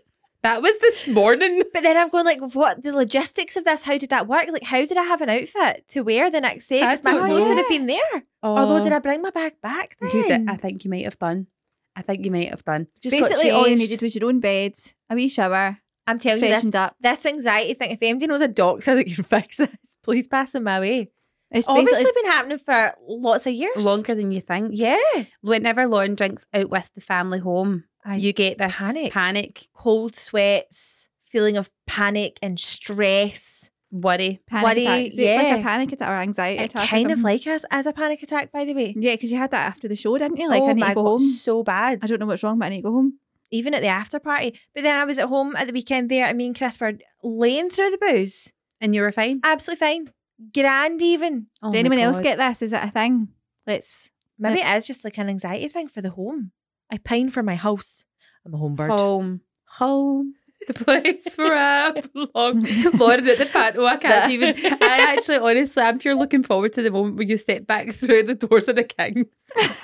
[SPEAKER 2] that was this morning.
[SPEAKER 3] but then I'm going like, what the logistics of this? How did that work? Like, how did I have an outfit to wear the next day? Because
[SPEAKER 2] I
[SPEAKER 3] my
[SPEAKER 2] don't
[SPEAKER 3] clothes
[SPEAKER 1] know.
[SPEAKER 3] would have been there. Although, did I bring my bag back then?
[SPEAKER 2] you Oh, did, I think you might have done. I think you might have done.
[SPEAKER 3] Just got
[SPEAKER 1] Basically, all you
[SPEAKER 3] changed.
[SPEAKER 1] needed was your own bed, a wee shower,
[SPEAKER 3] I'm telling you this.
[SPEAKER 1] freshened up.
[SPEAKER 3] This anxiety thing. If MD knows a doctor that can fix this, please pass them my way. It's,
[SPEAKER 1] It's
[SPEAKER 3] obviously
[SPEAKER 1] basically
[SPEAKER 3] been happening for lots of years.
[SPEAKER 2] Longer than you think.
[SPEAKER 3] Yeah.
[SPEAKER 2] whenever Lauren drinks out with the family home,
[SPEAKER 3] I
[SPEAKER 2] you get this
[SPEAKER 3] panic.
[SPEAKER 2] panic.
[SPEAKER 3] Cold sweats, feeling of panic and stress.
[SPEAKER 2] worry.
[SPEAKER 1] panic
[SPEAKER 3] worry,
[SPEAKER 1] attack. So it's like
[SPEAKER 3] yeah.
[SPEAKER 1] a panic attack or anxiety
[SPEAKER 3] It
[SPEAKER 1] attack. or
[SPEAKER 3] kind of
[SPEAKER 1] something.
[SPEAKER 3] like us as a panic attack, by the way.
[SPEAKER 1] yeah, because you had that after the show, didn't you? Like
[SPEAKER 3] oh
[SPEAKER 1] I need
[SPEAKER 3] my
[SPEAKER 1] to go
[SPEAKER 3] God,
[SPEAKER 1] home.
[SPEAKER 3] so bad.
[SPEAKER 1] I don't know what's wrong, but I need to go home.
[SPEAKER 3] Even at the after party. But then I was at home at the weekend there, and me and Chris were laying through the booze.
[SPEAKER 2] And you were fine.
[SPEAKER 3] Absolutely fine. Grand even.
[SPEAKER 2] Oh
[SPEAKER 1] Did
[SPEAKER 2] my
[SPEAKER 1] anyone else
[SPEAKER 2] God.
[SPEAKER 1] get this? Is it a thing? Let's.
[SPEAKER 3] Maybe it is just like an anxiety thing for the home. I pine for my house. I'm a home bird.
[SPEAKER 2] home? Home. The place where I belong. Lauren at the patio. I
[SPEAKER 3] That-
[SPEAKER 2] can't even. I actually, honestly, I'm pure looking forward to the moment where you step back through the doors of the Kings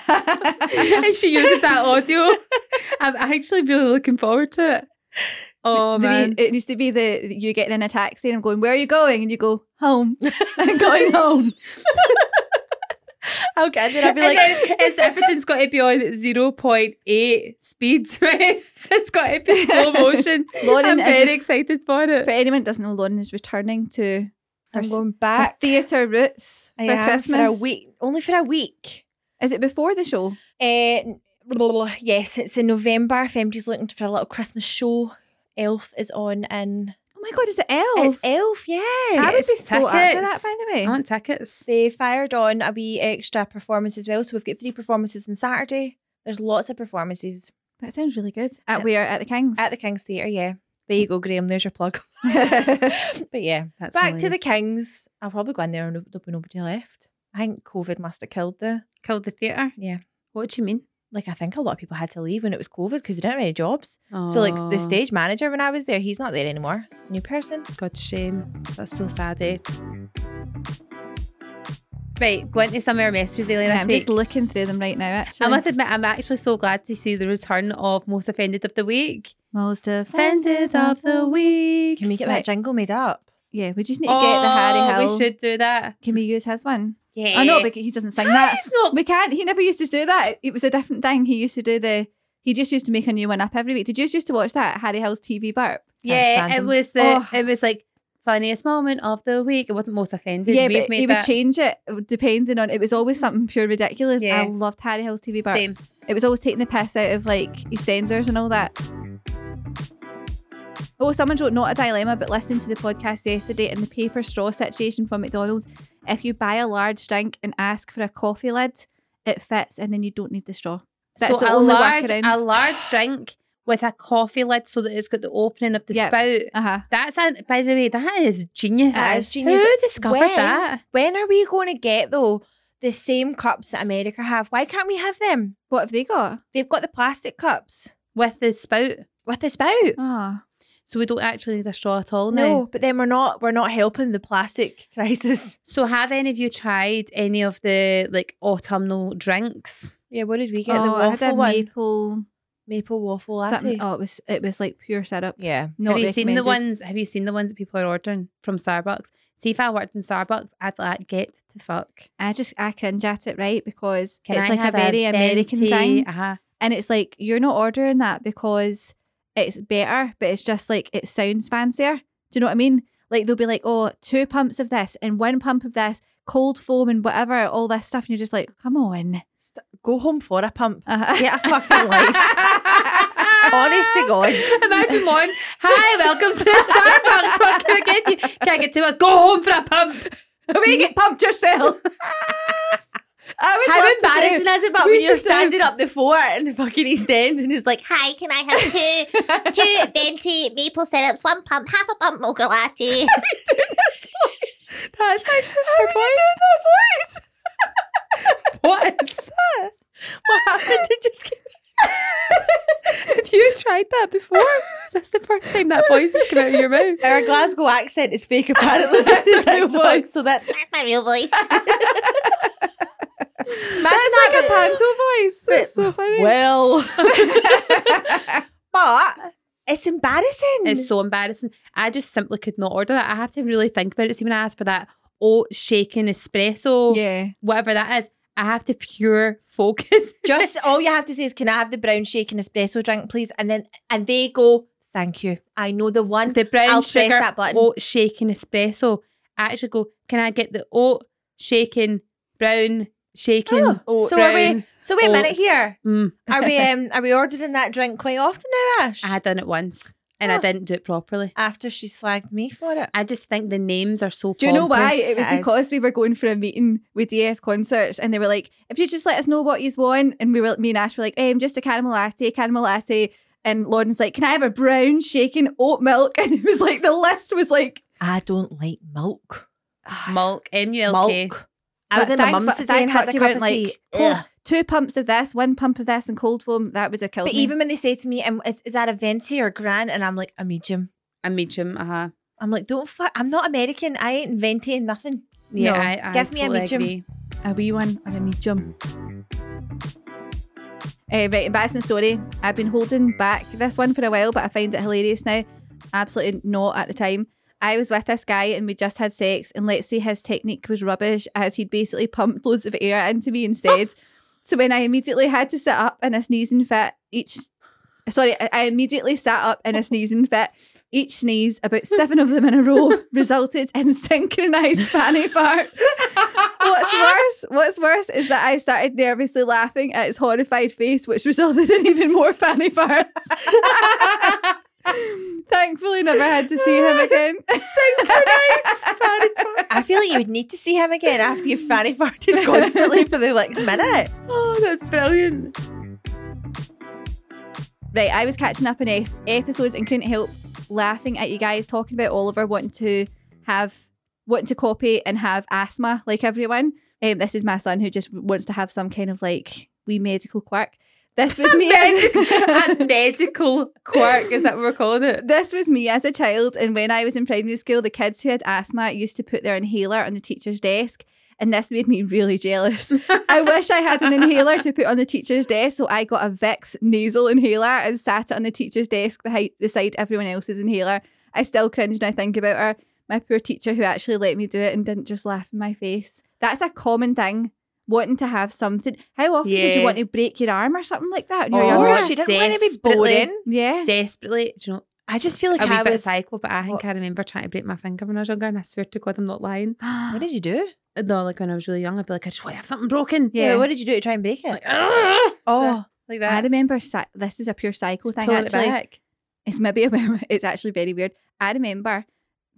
[SPEAKER 2] and she uses that audio. I'm actually really looking forward to it. Oh,
[SPEAKER 1] The wee-
[SPEAKER 2] man.
[SPEAKER 1] it needs to be the you getting in a taxi and I'm going, where are you going? And you go home. I'm going home.
[SPEAKER 3] Okay, and then I'd be
[SPEAKER 2] And
[SPEAKER 3] like,
[SPEAKER 2] then it's everything's got to be on 0.8 speed, right? It's got to be slow motion.
[SPEAKER 1] Lauren
[SPEAKER 2] I'm
[SPEAKER 1] is
[SPEAKER 2] very
[SPEAKER 1] just-
[SPEAKER 2] excited for
[SPEAKER 1] For
[SPEAKER 2] it.
[SPEAKER 1] anyone that doesn't know, Lauren is returning to her,
[SPEAKER 3] I'm
[SPEAKER 1] s-
[SPEAKER 3] going
[SPEAKER 1] her
[SPEAKER 3] back
[SPEAKER 1] theatre roots
[SPEAKER 3] I
[SPEAKER 1] for
[SPEAKER 3] am
[SPEAKER 1] Christmas. Oh
[SPEAKER 3] for a week, only for a week.
[SPEAKER 1] Is it before the show?
[SPEAKER 3] Eh, n- blah, blah, blah. yes, it's in November. If MD's looking for a little Christmas show, Elf is on in.
[SPEAKER 1] Oh my god, is it Elf? Ah.
[SPEAKER 3] It's Elf, yeah.
[SPEAKER 1] I would be
[SPEAKER 2] Yes,
[SPEAKER 1] so up for that,
[SPEAKER 2] tickets.
[SPEAKER 1] by the way.
[SPEAKER 2] I want tickets.
[SPEAKER 3] They fired on a wee extra performance as well, so we've got three performances on Saturday. There's lots of performances
[SPEAKER 1] That sounds really good. At where? At the King's.
[SPEAKER 3] at the King's Theatre. Yeah, there you go, Graham. There's your plug. but yeah,
[SPEAKER 2] That's
[SPEAKER 3] back to the King's. I'll probably go in there and there'll be nobody left. I think COVID must have killed the
[SPEAKER 2] Called the Theatre.
[SPEAKER 3] Yeah.
[SPEAKER 2] What do you mean?
[SPEAKER 3] like I think a lot of people had to leave when it was COVID because they didn't have any jobs. So like the stage manager when I was there, he's not there anymore. It's a new person.
[SPEAKER 2] God shame. That's so sad, eh? Right, go into some of our messages, Ellie,
[SPEAKER 1] Yeah,
[SPEAKER 2] this
[SPEAKER 1] I'm
[SPEAKER 2] week.
[SPEAKER 1] just looking through them right now, actually.
[SPEAKER 2] I must admit, I'm actually so glad to see the return of Most Offended of the Week.
[SPEAKER 1] Most
[SPEAKER 2] Offended of the Week.
[SPEAKER 3] Can we get that
[SPEAKER 1] Right.
[SPEAKER 3] jingle made up?
[SPEAKER 1] Yeah, we just need to get the Harry Hill.
[SPEAKER 2] Oh, We should do that.
[SPEAKER 1] Can we use his one?
[SPEAKER 2] Yeah.
[SPEAKER 1] I know, but he doesn't sing that.
[SPEAKER 2] It's not.
[SPEAKER 1] We can't. He never used to do that. It was a different thing. He used to do the. He just used to make a new one up every week. Did you used to watch that Harry Hill's TV burp?
[SPEAKER 2] Yeah,
[SPEAKER 3] stand
[SPEAKER 2] it
[SPEAKER 3] him.
[SPEAKER 2] was the.
[SPEAKER 1] Oh.
[SPEAKER 2] It was like funniest moment of the week. It wasn't Most Offended.
[SPEAKER 1] yeah,
[SPEAKER 2] We've
[SPEAKER 1] but
[SPEAKER 2] made
[SPEAKER 1] he would
[SPEAKER 2] that.
[SPEAKER 1] change it uh, depending on. It was always something pure ridiculous.
[SPEAKER 2] Yeah.
[SPEAKER 1] I loved Harry Hill's TV burp.
[SPEAKER 2] Same.
[SPEAKER 1] It was always taking the piss out of like EastEnders and all that. Oh, someone wrote not a dilemma, but listening to the podcast yesterday and the paper straw situation from McDonald's. If you buy a large drink and ask for a coffee lid, it fits, and then you don't need the straw. That's
[SPEAKER 2] so
[SPEAKER 1] the
[SPEAKER 2] a
[SPEAKER 1] only
[SPEAKER 2] large, a
[SPEAKER 1] workaround.
[SPEAKER 2] large drink with a coffee lid so that it's got the opening of the
[SPEAKER 1] Yeah.
[SPEAKER 2] spout.
[SPEAKER 1] Uh huh.
[SPEAKER 2] That's a, by the way, that is genius.
[SPEAKER 3] That is genius.
[SPEAKER 2] Who discovered
[SPEAKER 3] When-
[SPEAKER 2] that?
[SPEAKER 3] When are we going to get though the same cups that America have? Why can't we have them?
[SPEAKER 1] What have they got?
[SPEAKER 3] They've got the plastic cups
[SPEAKER 2] With the spout.
[SPEAKER 3] with a spout.
[SPEAKER 1] Ah,
[SPEAKER 2] So we don't actually need a straw at all now.
[SPEAKER 3] Oh, No, but then we're not we're not helping the plastic crisis.
[SPEAKER 2] So have any of you tried any of the like autumnal drinks?
[SPEAKER 3] Yeah, what did we
[SPEAKER 1] oh,
[SPEAKER 3] get? the
[SPEAKER 1] I had
[SPEAKER 3] waffle
[SPEAKER 1] a
[SPEAKER 3] one,
[SPEAKER 1] maple.
[SPEAKER 3] maple waffle latte.
[SPEAKER 1] Something. Oh, it was it was like pure syrup.
[SPEAKER 3] Yeah,
[SPEAKER 1] Not
[SPEAKER 2] have you seen the
[SPEAKER 1] recommended.
[SPEAKER 2] ones? Have you seen the ones that people are ordering from Starbucks? See if I worked in Starbucks, I'd be like get to fuck.
[SPEAKER 1] I just I cringe at it, right? Because
[SPEAKER 2] Can
[SPEAKER 1] it's
[SPEAKER 2] I
[SPEAKER 1] like a
[SPEAKER 2] have
[SPEAKER 1] very American
[SPEAKER 2] venti?
[SPEAKER 1] thing.
[SPEAKER 2] Uh-huh.
[SPEAKER 1] And it's like, you're not ordering that because it's better, but it's just like, it sounds fancier. Do you know what I mean? Like, they'll be like, oh, two pumps of this and one pump of this, cold foam and whatever, all this stuff. And you're just like, come on.
[SPEAKER 3] St- go home for a pump.
[SPEAKER 1] Uh-huh.
[SPEAKER 3] Get a fucking life. Honest to God.
[SPEAKER 2] Imagine one. Hi, welcome to Starbucks. What can I get you? Can I get two us? Go home for a pump.
[SPEAKER 1] we get pumped yourself. I
[SPEAKER 3] How
[SPEAKER 1] love to do-
[SPEAKER 3] embarrassing is it? But
[SPEAKER 1] we
[SPEAKER 3] when you're
[SPEAKER 1] should do-
[SPEAKER 3] standing up the floor in the fucking East End and it's like,
[SPEAKER 4] Hi, can I have two two venti maple syrups, one pump, half a oh, pump mocha latte?
[SPEAKER 2] That's actually her voice. What is that?
[SPEAKER 3] what happened? It just came
[SPEAKER 2] Have you tried that before? That's the first time that voice has come out of your mouth.
[SPEAKER 3] Our Glasgow accent is fake, apparently. That's the TikTok, so that's
[SPEAKER 4] That's my real voice.
[SPEAKER 1] That's like a panto voice. That's so funny.
[SPEAKER 3] well. but it's embarrassing.
[SPEAKER 2] It's so embarrassing. I just simply could not order that. I have to really think about it. See, when I asked for that oat shaken espresso,
[SPEAKER 1] yeah.
[SPEAKER 2] whatever that is, I have to pure focus.
[SPEAKER 3] just all you have to say is, "Can I have the brown shake and espresso drink, please?" And then and they go, "Thank you. I know the one."
[SPEAKER 2] the brown
[SPEAKER 3] I'll
[SPEAKER 2] sugar
[SPEAKER 3] press that button.
[SPEAKER 2] oat shaken espresso. I actually go, can I get the oat shaken brown shaken?
[SPEAKER 3] Oh, so are
[SPEAKER 2] brown?
[SPEAKER 3] we? So wait a minute
[SPEAKER 2] oat.
[SPEAKER 3] here.
[SPEAKER 2] Mm,
[SPEAKER 3] Are we? Um, are we ordering that drink quite often now, Ash?
[SPEAKER 2] I had done it once and I
[SPEAKER 3] Oh.
[SPEAKER 2] didn't do it properly.
[SPEAKER 3] After she slagged me for it.
[SPEAKER 2] I just think the names are so.
[SPEAKER 1] Do you know why?
[SPEAKER 2] pompous.
[SPEAKER 1] It was
[SPEAKER 3] Yes.
[SPEAKER 1] because we were going for a meeting with DF Concerts, and they were like, "If you just let us know what you want," and we were, me and Ash were like, "I'm just a caramel latte, caramel latte," and Lauren's like, "Can I have a brown shaken oat milk?" And it was like the list was like,
[SPEAKER 3] I don't like milk.
[SPEAKER 2] Mulk, M U L K.
[SPEAKER 3] Milk. I was
[SPEAKER 1] But
[SPEAKER 3] in my
[SPEAKER 1] thank
[SPEAKER 3] mum's
[SPEAKER 1] fu-
[SPEAKER 3] today
[SPEAKER 1] thank
[SPEAKER 3] and had
[SPEAKER 1] fuck
[SPEAKER 3] a
[SPEAKER 1] you
[SPEAKER 3] cup
[SPEAKER 1] weren't
[SPEAKER 3] of
[SPEAKER 1] like,
[SPEAKER 3] tea.
[SPEAKER 1] "Cold-
[SPEAKER 3] Ugh.
[SPEAKER 1] two pumps of this, one pump of this, and cold foam. That would have killed
[SPEAKER 3] But
[SPEAKER 1] me.
[SPEAKER 3] even when they say to me, um, is, is that a venti or grand? And I'm like, a medium.
[SPEAKER 2] A medium. Uh huh.
[SPEAKER 3] I'm like, don't fuck. I'm not American. I ain't inventing nothing.
[SPEAKER 2] Yeah,
[SPEAKER 1] No,
[SPEAKER 2] I, I
[SPEAKER 3] give me a
[SPEAKER 2] totally
[SPEAKER 3] medium.
[SPEAKER 2] agree.
[SPEAKER 1] a wee one or a medium. Uh, right, embarrassing story. I've been holding back this one for a while, but I find it hilarious now. Absolutely not at the time. I was with this guy and we just had sex, and let's say his technique was rubbish as he'd basically pumped loads of air into me instead. so when I immediately had to sit up in a sneezing fit, each sorry, I- I immediately sat up in a sneezing fit. Each sneeze, about seven of them in a row, resulted in synchronized fanny farts. What's worse? What's worse is that I started nervously laughing at his horrified face, which resulted in even more fanny farts. Thankfully, never had to see him again.
[SPEAKER 3] I feel like you would need to see him again after you fanny farted constantly for the next minute.
[SPEAKER 2] Oh, that's brilliant.
[SPEAKER 1] Right, I was catching up on ep- episodes and couldn't help laughing at you guys talking about Oliver wanting to have, wanting to copy and have asthma like everyone. Um, this is my son who just wants to have some kind of like wee medical quirk. This was me. as-
[SPEAKER 2] a medical quirk, is that what we're calling it?
[SPEAKER 1] This was me as a child, and when I was in primary school, the kids who had asthma used to put their inhaler on the teacher's desk, and this made me really jealous. I wish I had an inhaler to put on the teacher's desk, so I got a Vicks nasal inhaler and sat it on the teacher's desk behind, beside everyone else's inhaler. I still cringe when I think about her, my poor teacher who actually let me do it and didn't just laugh in my face. That's a common thing. Wanting to have something. How often did you
[SPEAKER 2] Yeah.
[SPEAKER 1] want to break your arm or something like that when you
[SPEAKER 2] Oh,
[SPEAKER 1] were
[SPEAKER 3] Or
[SPEAKER 1] younger?
[SPEAKER 3] she didn't want to be
[SPEAKER 2] desperately.
[SPEAKER 3] boring.
[SPEAKER 1] Yeah.
[SPEAKER 2] Desperately, do you know,
[SPEAKER 3] I just feel like
[SPEAKER 2] a wee
[SPEAKER 3] I
[SPEAKER 2] bit
[SPEAKER 3] was.
[SPEAKER 2] psycho, but I think I remember trying to break my finger when I was younger, and I swear to God, I'm not lying.
[SPEAKER 3] What did you do?
[SPEAKER 2] No, like when I was really young, I'd be like, I just want to have something broken.
[SPEAKER 1] Yeah.
[SPEAKER 3] What did you do to try and break it?
[SPEAKER 2] Like, "Ugh!"
[SPEAKER 3] oh,
[SPEAKER 2] like
[SPEAKER 1] I
[SPEAKER 2] that.
[SPEAKER 1] remember si- this is a pure cycle
[SPEAKER 2] Just
[SPEAKER 1] thing
[SPEAKER 2] pulling
[SPEAKER 1] actually.
[SPEAKER 2] it back.
[SPEAKER 1] It's maybe a bit- it's actually very weird. I remember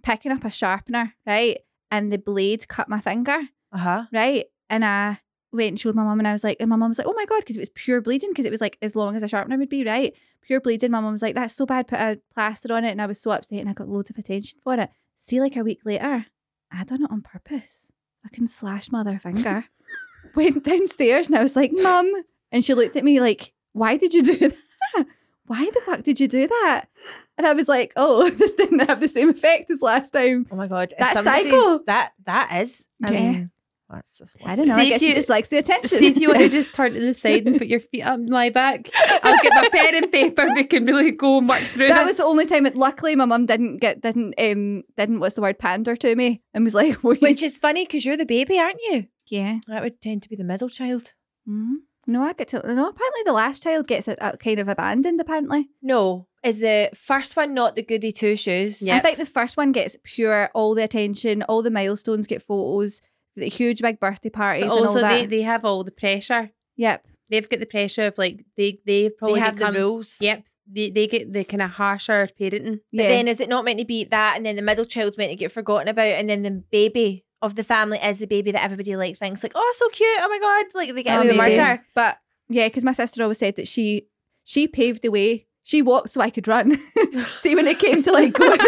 [SPEAKER 1] picking up a sharpener, right? And the blade cut my finger,
[SPEAKER 3] uh huh.
[SPEAKER 1] right? And I went and showed my mum and I was like, and my mum was like, oh my God, because it was pure bleeding, because it was like as long as a sharpener would be, right? Pure bleeding. My mum was like, that's so bad, put a plaster on it. And I was so upset and I got loads of attention for it. See, like a week later, I done it on purpose. Fucking slash mother finger. Went downstairs and I was like, mum. And she looked at me like, why did you do that? Why the fuck did you do that? And I was like, oh, this didn't have the same effect as last time.
[SPEAKER 3] Oh my god. If
[SPEAKER 1] That's
[SPEAKER 3] somebody's-
[SPEAKER 1] psycho.
[SPEAKER 3] That that is. I
[SPEAKER 1] Yeah.
[SPEAKER 3] mean, that's just.
[SPEAKER 1] I don't know.
[SPEAKER 2] See
[SPEAKER 1] I
[SPEAKER 2] if
[SPEAKER 1] guess
[SPEAKER 2] you-
[SPEAKER 1] she just likes the attention.
[SPEAKER 2] See if you want to just turn to the side and put your feet up and lie back. I'll get my pen and paper and we can really go and work through
[SPEAKER 1] that
[SPEAKER 2] this.
[SPEAKER 1] was the only time. It, luckily, my mum didn't get didn't um didn't what's the word pander to me and was like, "What you-"
[SPEAKER 3] Which is funny because you're the baby, aren't you?
[SPEAKER 1] yeah,
[SPEAKER 3] That would tend to be the middle child.
[SPEAKER 1] Mhm. no, I get to no. Apparently, the last child gets a, a kind of abandoned. Apparently,
[SPEAKER 3] No, is the first one not the goody two shoes?
[SPEAKER 1] I
[SPEAKER 2] Yep.
[SPEAKER 1] think the first one gets pure all the attention, all the milestones, get photos, the huge big birthday parties,
[SPEAKER 2] But
[SPEAKER 1] and all
[SPEAKER 2] also,
[SPEAKER 1] that.
[SPEAKER 2] they, they have all the pressure.
[SPEAKER 1] yep,
[SPEAKER 2] They've got the pressure of like, they, they
[SPEAKER 3] They
[SPEAKER 2] probably
[SPEAKER 3] have the
[SPEAKER 2] become-
[SPEAKER 3] rules.
[SPEAKER 2] Yep. They, they get the kind of harsher parenting.
[SPEAKER 3] But
[SPEAKER 1] yeah.
[SPEAKER 3] then is it not meant to be that and then the middle child's meant to get forgotten about and then the baby of the family is the baby that everybody like thinks like, oh so cute, oh my god, like they get
[SPEAKER 1] Oh,
[SPEAKER 3] away with
[SPEAKER 1] maybe.
[SPEAKER 3] murder.
[SPEAKER 1] But yeah, because my sister always said that she she paved the way. She walked so I could run. See when it came to like going,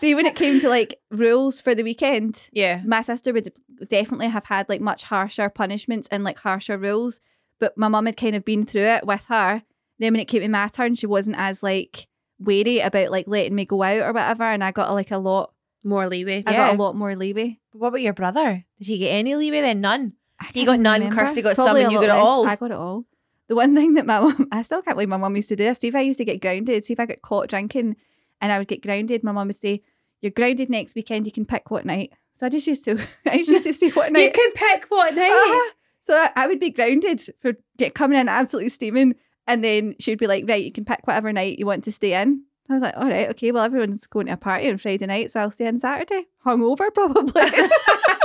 [SPEAKER 1] see when it came to like rules for the weekend.
[SPEAKER 3] Yeah.
[SPEAKER 1] my sister would definitely have had like much harsher punishments and like harsher rules, but my mum had kind of been through it with her. Then when it came to my turn, she wasn't as like wary about like letting me go out or whatever, and I got like a lot,
[SPEAKER 2] More leeway.
[SPEAKER 1] I
[SPEAKER 3] Yeah.
[SPEAKER 1] got a lot more leeway.
[SPEAKER 3] But what about your brother? Did he get any leeway then? None.
[SPEAKER 1] I
[SPEAKER 3] You
[SPEAKER 1] can't
[SPEAKER 3] got none,
[SPEAKER 1] remember.
[SPEAKER 3] Kirsty got some,
[SPEAKER 1] Probably
[SPEAKER 3] and
[SPEAKER 1] a
[SPEAKER 3] you
[SPEAKER 1] lot
[SPEAKER 3] got it
[SPEAKER 1] less.
[SPEAKER 3] all.
[SPEAKER 1] I got it all. The one thing that my mum, I still can't believe my mum used to do this. See if I used to get grounded, see if I got caught drinking and I would get grounded, my mum would say, You're grounded next weekend, you can pick what night. So I just used to, I just used to see what night.
[SPEAKER 2] You can pick what night.
[SPEAKER 1] Uh-huh. So I- I would be grounded for get coming in absolutely steaming, and then she'd be like, "Right, you can pick whatever night you want to stay in." I was like, "All right, okay. Well, everyone's going to a party on Friday night, so I'll stay in Saturday, hungover probably."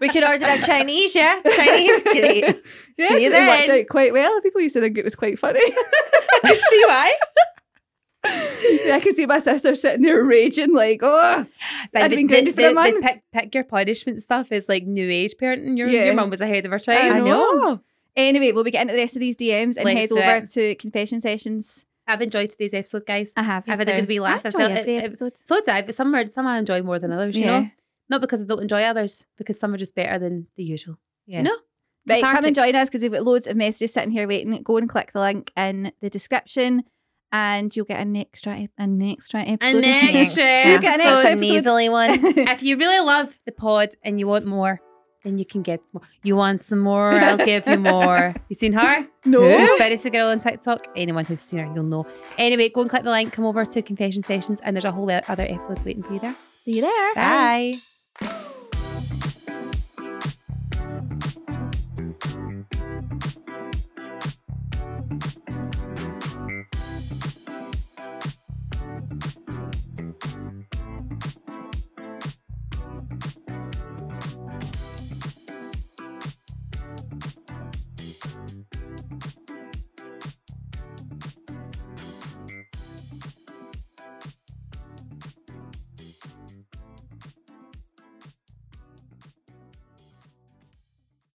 [SPEAKER 3] We could order a Chinese, yeah. Chinese great.
[SPEAKER 1] yeah,
[SPEAKER 3] See you
[SPEAKER 1] it worked
[SPEAKER 3] then.
[SPEAKER 1] out quite well. People used to think it was quite funny.
[SPEAKER 3] See why?
[SPEAKER 1] Yeah, I could see my sister sitting there raging, like, "Oh,
[SPEAKER 2] But
[SPEAKER 1] I'd
[SPEAKER 2] the-
[SPEAKER 1] been grounded
[SPEAKER 2] the-
[SPEAKER 1] for a
[SPEAKER 2] the- the
[SPEAKER 1] month.
[SPEAKER 2] pick, pick your punishment stuff is like new age parenting. Your,
[SPEAKER 1] Yeah.
[SPEAKER 2] your mum was ahead of her
[SPEAKER 1] I
[SPEAKER 2] time.
[SPEAKER 1] know. Anyway, we'll be getting to the rest of these DMs and
[SPEAKER 2] Let's
[SPEAKER 1] head
[SPEAKER 2] do
[SPEAKER 1] over
[SPEAKER 2] it.
[SPEAKER 1] to confession sessions.
[SPEAKER 2] I've enjoyed today's episode, guys.
[SPEAKER 1] I have.
[SPEAKER 2] I've had a good wee laugh.
[SPEAKER 1] I
[SPEAKER 2] I've
[SPEAKER 1] enjoy
[SPEAKER 2] felt-
[SPEAKER 1] every
[SPEAKER 2] it- it-
[SPEAKER 1] episode.
[SPEAKER 2] So did I, but some are some I enjoy more than others, you
[SPEAKER 1] Yeah.
[SPEAKER 2] know? Not because I don't enjoy others, because some are just better than the usual.
[SPEAKER 3] Yeah.
[SPEAKER 2] You know?
[SPEAKER 1] Right, come and
[SPEAKER 2] Cathartic.
[SPEAKER 1] join us because we've got loads of messages sitting here waiting. Go and click the link in the description, and you'll get an extra ep- an extra episode.
[SPEAKER 2] An extra
[SPEAKER 1] You get an extra
[SPEAKER 2] episode.
[SPEAKER 1] episode.
[SPEAKER 3] nasally one.
[SPEAKER 2] if you really love the pod and you want more, then you can get more. You want some more? I'll give you more. You seen her?
[SPEAKER 1] No.
[SPEAKER 2] Conspiracy Girl on TikTok. Anyone who's seen her, you'll know. Anyway, go and click the link, come over to Confession Sessions, and there's a whole other episode waiting for you there.
[SPEAKER 1] See you there.
[SPEAKER 3] Bye.